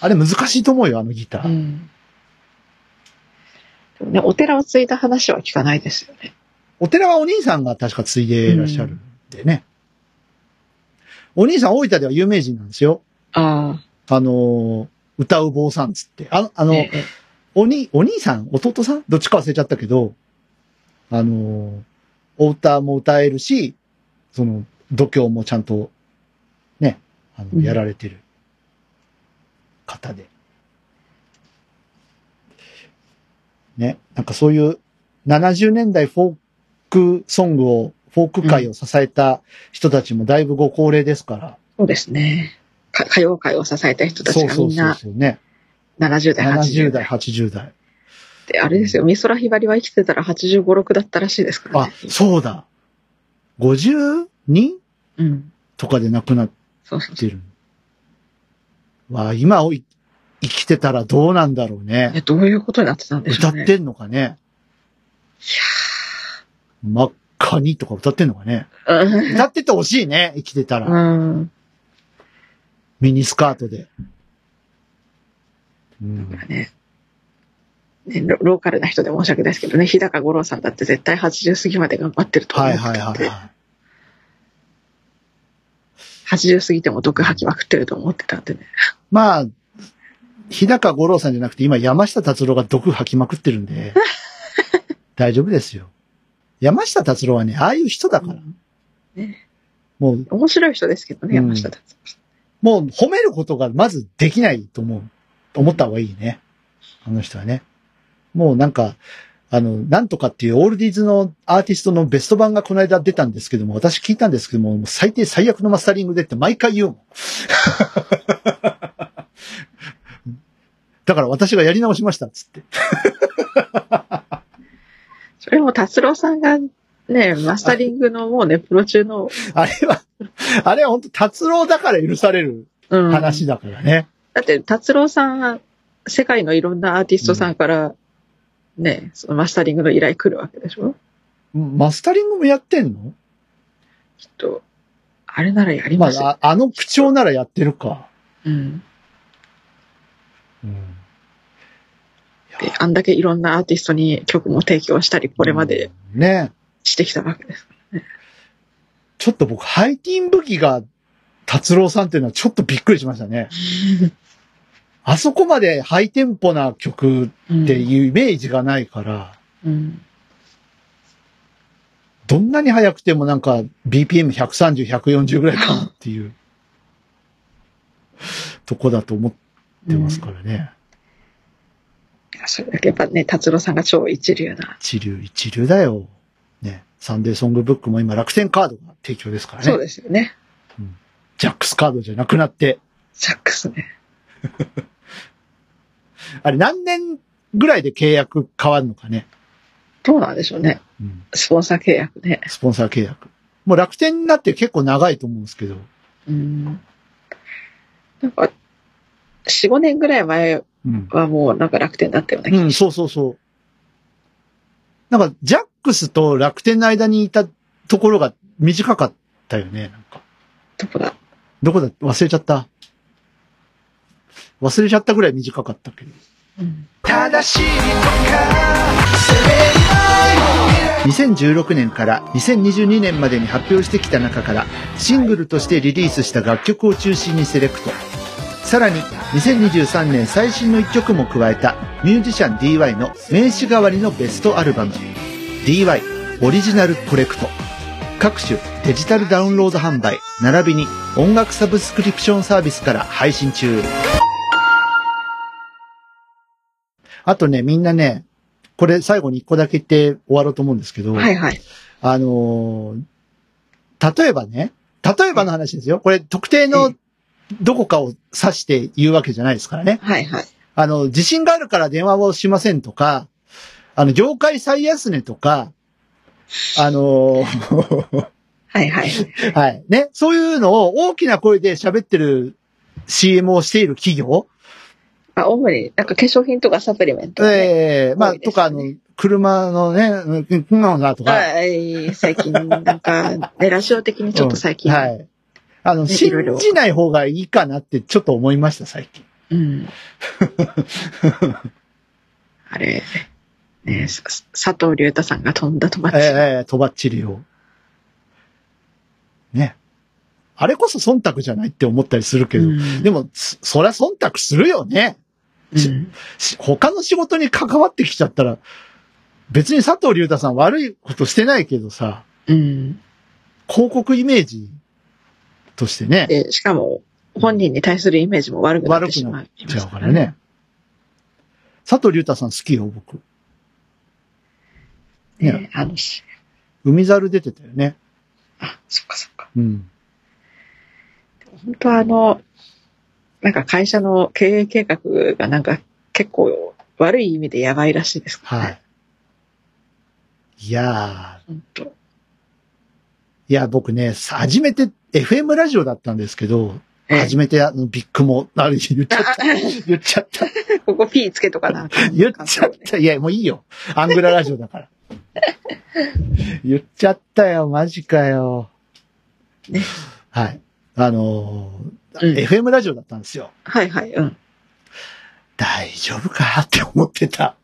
あれ難しいと思うよ、あのギタ
う
ー。
ん。そうね、お寺を継いだ話は聞かないですよね。
お寺はお兄さんが確か継いでいらっしゃるんでね。お兄さん大分では有名人なんですよ。
あ
あのー歌う坊さんつって。あの、あ
あ、
の、
ええ
おに、お兄さん、弟さんどっちか忘れちゃったけど、あのーお歌も歌えるし、その、度胸もちゃんと、ね、あ
う
の、
ん
やられてる方で。ね、なんかそういう70年代フォークソングを、フォーク界を支えた人たちもだいぶご高齢ですから。
そうですね。か歌謡界を支えた人たち
そう
が
そ
み
うんそう
な
そうね。
70代、
70
80
代、。
代
80代。
で、あれですよ、美空ひばりは生きてたら85、6だったらしいですから
あ
ね。、
そうだ。52?
うん。
とかで亡くなっ
そうそうそう。
てる。わあ、今をい生きてたらどうなんだろうね。
え、どういうことになってたんでし
歌
ょ
っ
うね。
てんのかね。真っ赤にとか歌ってんのかね。
うん
歌っててほしいね、生きてたら。
うん。
ミニスカートで。う
だ
ん
からね。ねロローカルな人で申し訳ないですけどね、日高五郎さんだって絶対80過ぎまで頑張ってると思
は
っ
い
てた
はい
っ
は
て
い、は
80過ぎても毒吐きまくってると思ってたんでね。
い。まあ、日高五郎さんじゃなくて今山下達郎が毒吐きまくってるんで、大丈夫ですよ。山下達郎はね、ああいう人だから。もう
面白い人ですけどね、
うん
山下達郎さん。
もう褒めることがまずできないと思う。思った方がいいね。あの人はね。もうなんか、あの、なんとかっていうオールディーズのアーティストのベスト版がこの間出たんですけども、私聞いたんですけども、もう最低最悪のマスタリングでって毎回言うもん。 だから私がやり直しましたっつって。
それも達郎さんがね、マスタリングのもうね、プロ中の、
あれは、あれは本当達郎だから許される
うん、
話だからね。
だって、達郎さん、世界のいろんなアーティストさんから、ね、そのマスタリングの依頼来るわけでしょ
マスタリングもやってんの
きっと、あれならやり
ま
ますよ。
あ、ああの口調ならやってるか。
うん。
うん
で、あんだけいろんなアーティストに曲も提供したり、これまで
うん。ね
してきたわけです。
ちょっと僕、ハイティーン武器が達郎さんっていうのはちょっとびっくりしました ね。あそこまでハイテンポな曲
うん
っていうイメージがないから、
うん。
どんなに速くてもなんか BPM130、140ぐらいかなっていう とこだと思ってますからね。
いやそれだけやっぱね、達郎さんが超一流な。
一流、一流だよ。ね。サンデーソングブックも今楽天カードが提供ですから
そう
ね。
ですよね。
ジャックスカードじゃなくなって。
サックスね。
あれ何年ぐらいで契約変わるのかね。
どうなんでしょうね。
うん
スポンサー契約ね。
スポンサー契約。もう楽天になって結構長いと思うんですけど。
うん。なんか、4、5年ぐらい前
うん。
はもうなんか楽天だったよね。
うん、そうそうそう。なんか、ジャックスと楽天の間にいたところが短かったよね、なんか。
どこだ
どこだ忘れちゃった。忘れちゃったぐらい短かったけど。
うん。
正しい
2016年から2022年までに発表してきた中からシングルとしてリリースした楽曲を中心にセレクトさらに2023年最新の1曲も加えたミュージシャン DY の名刺代わりのベストアルバム DY オリジナルコレクト各種デジタルダウンロード販売並びに音楽サブスクリプションサービスから配信中あとねみんなねこれ最後に1個だけ言って終わろうと思うんですけど、
はいはい。
あのー例えばね、例えばの話ですよ。これ特定のどこかを指して言うわけじゃないですからね。
はいはい。
あの、自信があるから電話をしませんとか、あの、業界最安値とか、あのー
はいはい。
はい。ね。そういうのを大きな声で喋ってる CM をしている企業、
あ、主になんか化粧品とかサプリメント、ね。
ええまあ、
多いです
と
ね
か、あの、車のね、うん、うんなんだとか、
はい、最近、なんか、ね、ラジオ的にちょっと最近。
うんはい。あの、
ね
信
いろいろ
じない方がいいかなってちょっと思いました、最近。
うん。あれ、ね、さ佐藤隆太さんが飛んだとばっ
え
ち
えええ、とばっちりを。ね。あれこそ忖度じゃないって思ったりするけど、でも、そそりゃ忖度するよね。
うん
し他の仕事に関わってきちゃったら、別に佐藤隆太さん悪いことしてないけどさ、
うん。
広告イメージとしてね、
で、しかも、本人に対するイメージも悪くなっ
悪
て
く
しま
なっ
いま
ちゃ
す
うから。ね。佐藤隆太さん好きよ、僕。ね
ね、あのし、
海猿出てたよね。
あ、そっかそっか。
うん。
本当はあの、なんか会社の経営計画がなんか結構悪い意味でやばいらしいですからね。
はい。いやー、
本当。
いや、僕ね、さ初めて FM ラジオだったんですけど、
ええ
初めてあのビッグも、あれ言っちゃった。言っちゃった。
ここ P つけとかな。
言っちゃった。いや、もういいよ。アングララジオだ から。言っちゃったよ、マジかよ。
ね
はい。あのー
うん
FM ラジオだったんですよ。
はいはい、うん。
大丈夫かって思ってた。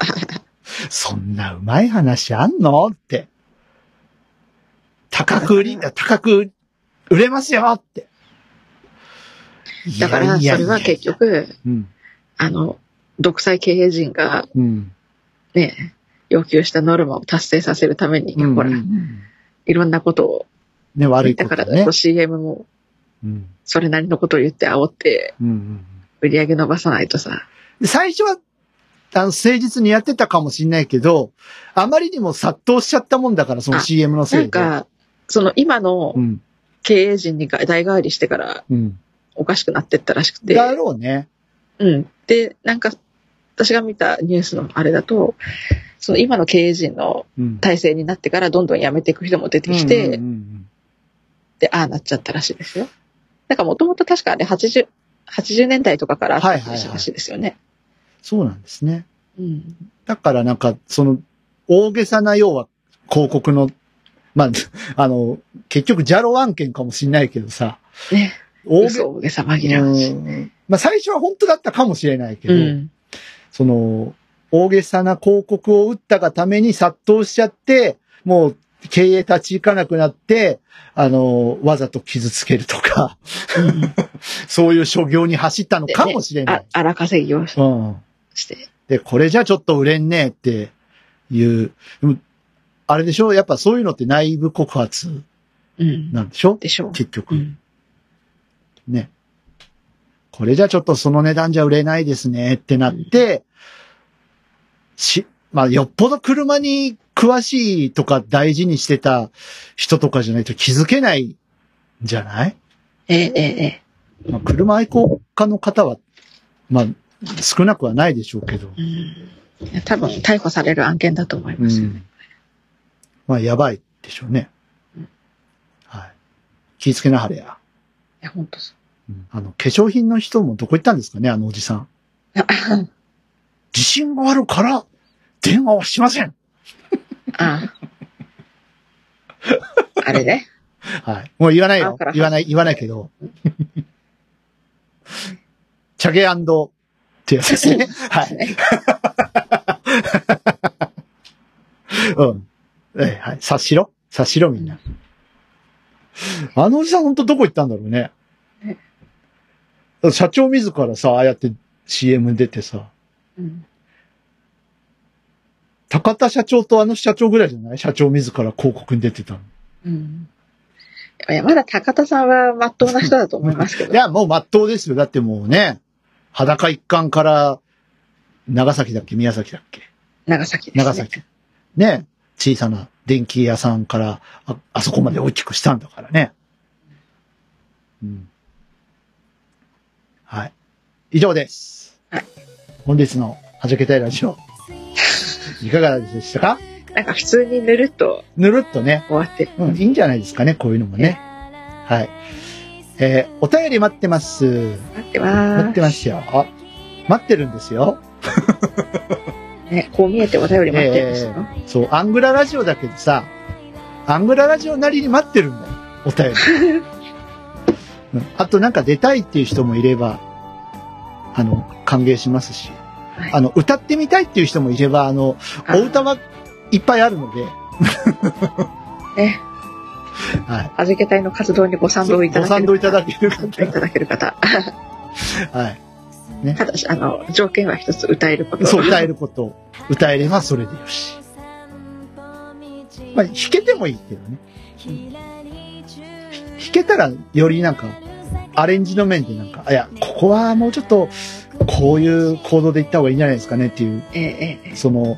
そんなうまい話あんのって。高く売 り、高く売れますよって。
だから、
い
そ
やいやいや
れは結。局、
うん。
あの、独裁経営陣が
うん。
ね、要求したノルマを達成させるために、
うん
ほら
う、ん
いろんなことを、
ね、悪いこ
だから
とね
こう。CM も
うん。
それなりのことを言って煽って
うんうん
売り上げ伸ばさないとさ、
で最初は、あの、誠実にやってたかもしれないけど、あまりにも殺到しちゃったもんだから、その
あ
CM の
な
せい
ん
で。
か、その今の
うん、
経営陣に代替わりしてから
うん。
おかしくなってったらしくて、
だろうね。
うん。で、なんか、私が見たニュースのあれだと、その今の経営陣の
うん。
体制になってからどんどん辞めていく人も出てきて、
うんうんうん
で、ああなっちゃったらしいですよ。なんかもともと確かあれ80、80年代とかからあったらしいですよね。
そうなんですね。
うん。
だからなんか、その、大げさな要は、広告の、まあ、あ の、結局、ジャロ案件かもしれないけどさ、
ね。
大げ
嘘大げさ紛らわしい。
うんまあ、最初は本当だったかもしれないけど、
うん。
その、大げさな広告を打ったがために殺到しちゃって、もう経営立ち行かなくなって、あの、わざと傷つけるとか、 そういう所業に走ったのかもしれない。
あ、荒稼ぎをし
うん。
して。
で、これじゃちょっと売れんねえっていう、でもあれでしょやっぱそういうのって内部告発
うん。
なんでしょ
でしょう。
結局、
うん。
ね。これじゃちょっとその値段じゃ売れないですねってなって、し、まあよっぽど車に詳しいとか大事にしてた人とかじゃないと気づけないんじゃない、
えええええ
まあ、車愛好家の方は、まあ少なくはないでしょうけど。
え。うん。多分、逮捕される案件だと思いうますよね。
ん。まあやばいでしょうね。はい。気ぃつけなはれや。
いや、本当そう。
うんあの、化粧品の人もどこ行ったんですかね、あのおじさん。
あ
自信があるから、電話はしません。
あ。あれね。
はい。もう言わないよ
あから。
言わない、言わないけど。チャゲってやつですね。はい。うん。はい、はい。察しろ察しろ、みんな。あのおじさんほんとどこ行ったんだろうね。社長自らさ、ああやって CM 出てさ、
うん。
高田社長とあの社長ぐらいじゃない社長自ら広告に出てたの。
うん。いや、まだ高田さんは真っ当な人だと思いますけ
い
ど。
や、もう真っ当ですよ。だってもうね、裸一貫から、長崎だっけ宮崎だっけ
長崎です、ね。
長崎。ね。小さな電気屋さんからあ、あそこまで大きくしたんだからね。うん。はい。以上です。
はい
本日のはじけたいラジオ。いかがでしたか
なんか普通にぬるっと
ぬるっとね。
終わって。
うん、いいんじゃないですかね、こういうのもね。はい。えーお便り待ってます。
待ってま
待
ー
ってますよ。あ待ってるんですよ。
す。ね、こう見えてお便り待ってるんですよ。
えーそう、アングララジオだけどさ、アングララジオなりに待ってるんだよ。お 便り。うんあとなんか出たいっていう人もいれば、あの、歓迎しますし。
はい
あの、歌ってみたいっていう人もいれば、あの、
あ
お歌はいっぱいあるので、
ね、
はい。
はじけ隊の活動にご賛同いただける
ご賛同いただける
ご賛
方
同い ただける方。
はい。
ただし、あの、条件は一つ歌えること。
そう、歌えること、歌えればそれでよし。まあ、弾けてもいいけどね。弾けたら、よりなんか、アレンジの面でなんか、あいや、ここはもうちょっと、こういう行動で行った方がいいんじゃないですかねっていう、
ええええ
その、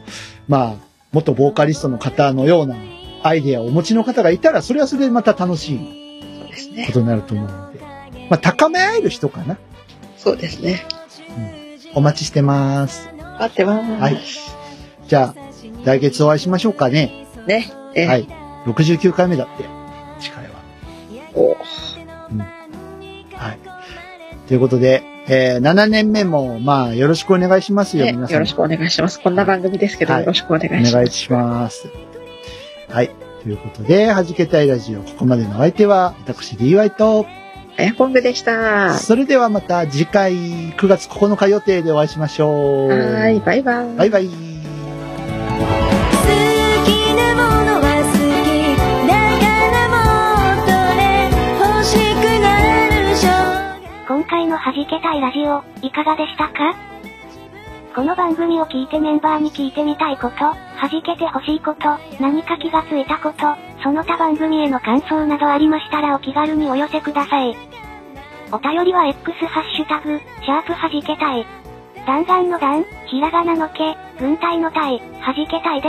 まあ、元ボーカリストの方のようなアイデアをお持ちの方がいたら、それはそれでまた楽しい
そうです
こ
ね。
とになると思うので、まあ、高め合える人かな。
そうですね。
お待ちしてます。
待ってます。
はいじゃあ、来月お会いしましょうかね。
ね。ええ
はい。69回目だって、次回は。
お
はい。ということで、えー7年目も、まあ、よろしくお願いしますよ、
ね
皆さん。
よろしくお願いします。こんな番組ですけど、
はい
よろしくお願いします。
お願いします。はい。ということで、はじけたいラジオ、ここまでのお相手は、私、DY と、
あやこんぐでした。は
それではまた次回、9月9日予定でお会いしましょう。
ーい、バイバイ。
バイバイ。
好きなものは好きだからもっとね欲しくなるでしょ
今回の弾けたいラジオ、いかがでしたかこの番組を聞いてメンバーに聞いてみたいこと、弾けてほしいこと、何か気がついたこと、その他番組への感想などありましたらお気軽にお寄せください。お便りは X ハッシュタグ、シャープ弾けたい。弾丸の弾、ひらがなのけ、軍隊の隊、弾けたいで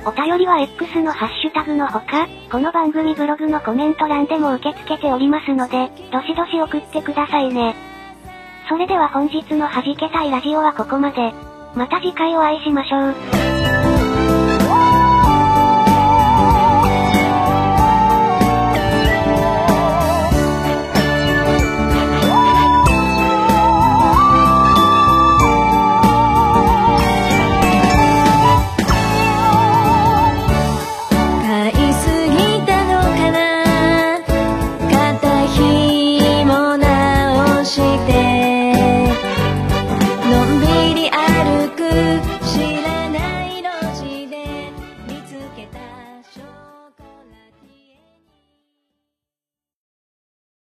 す。お便りは X のハッシュタグのほか、この番組ブログのコメント欄でも受け付けておりますので、どしどし送ってくださいね。それでは本日の弾けたいラジオはここまで。また次回お会いしましょう。
「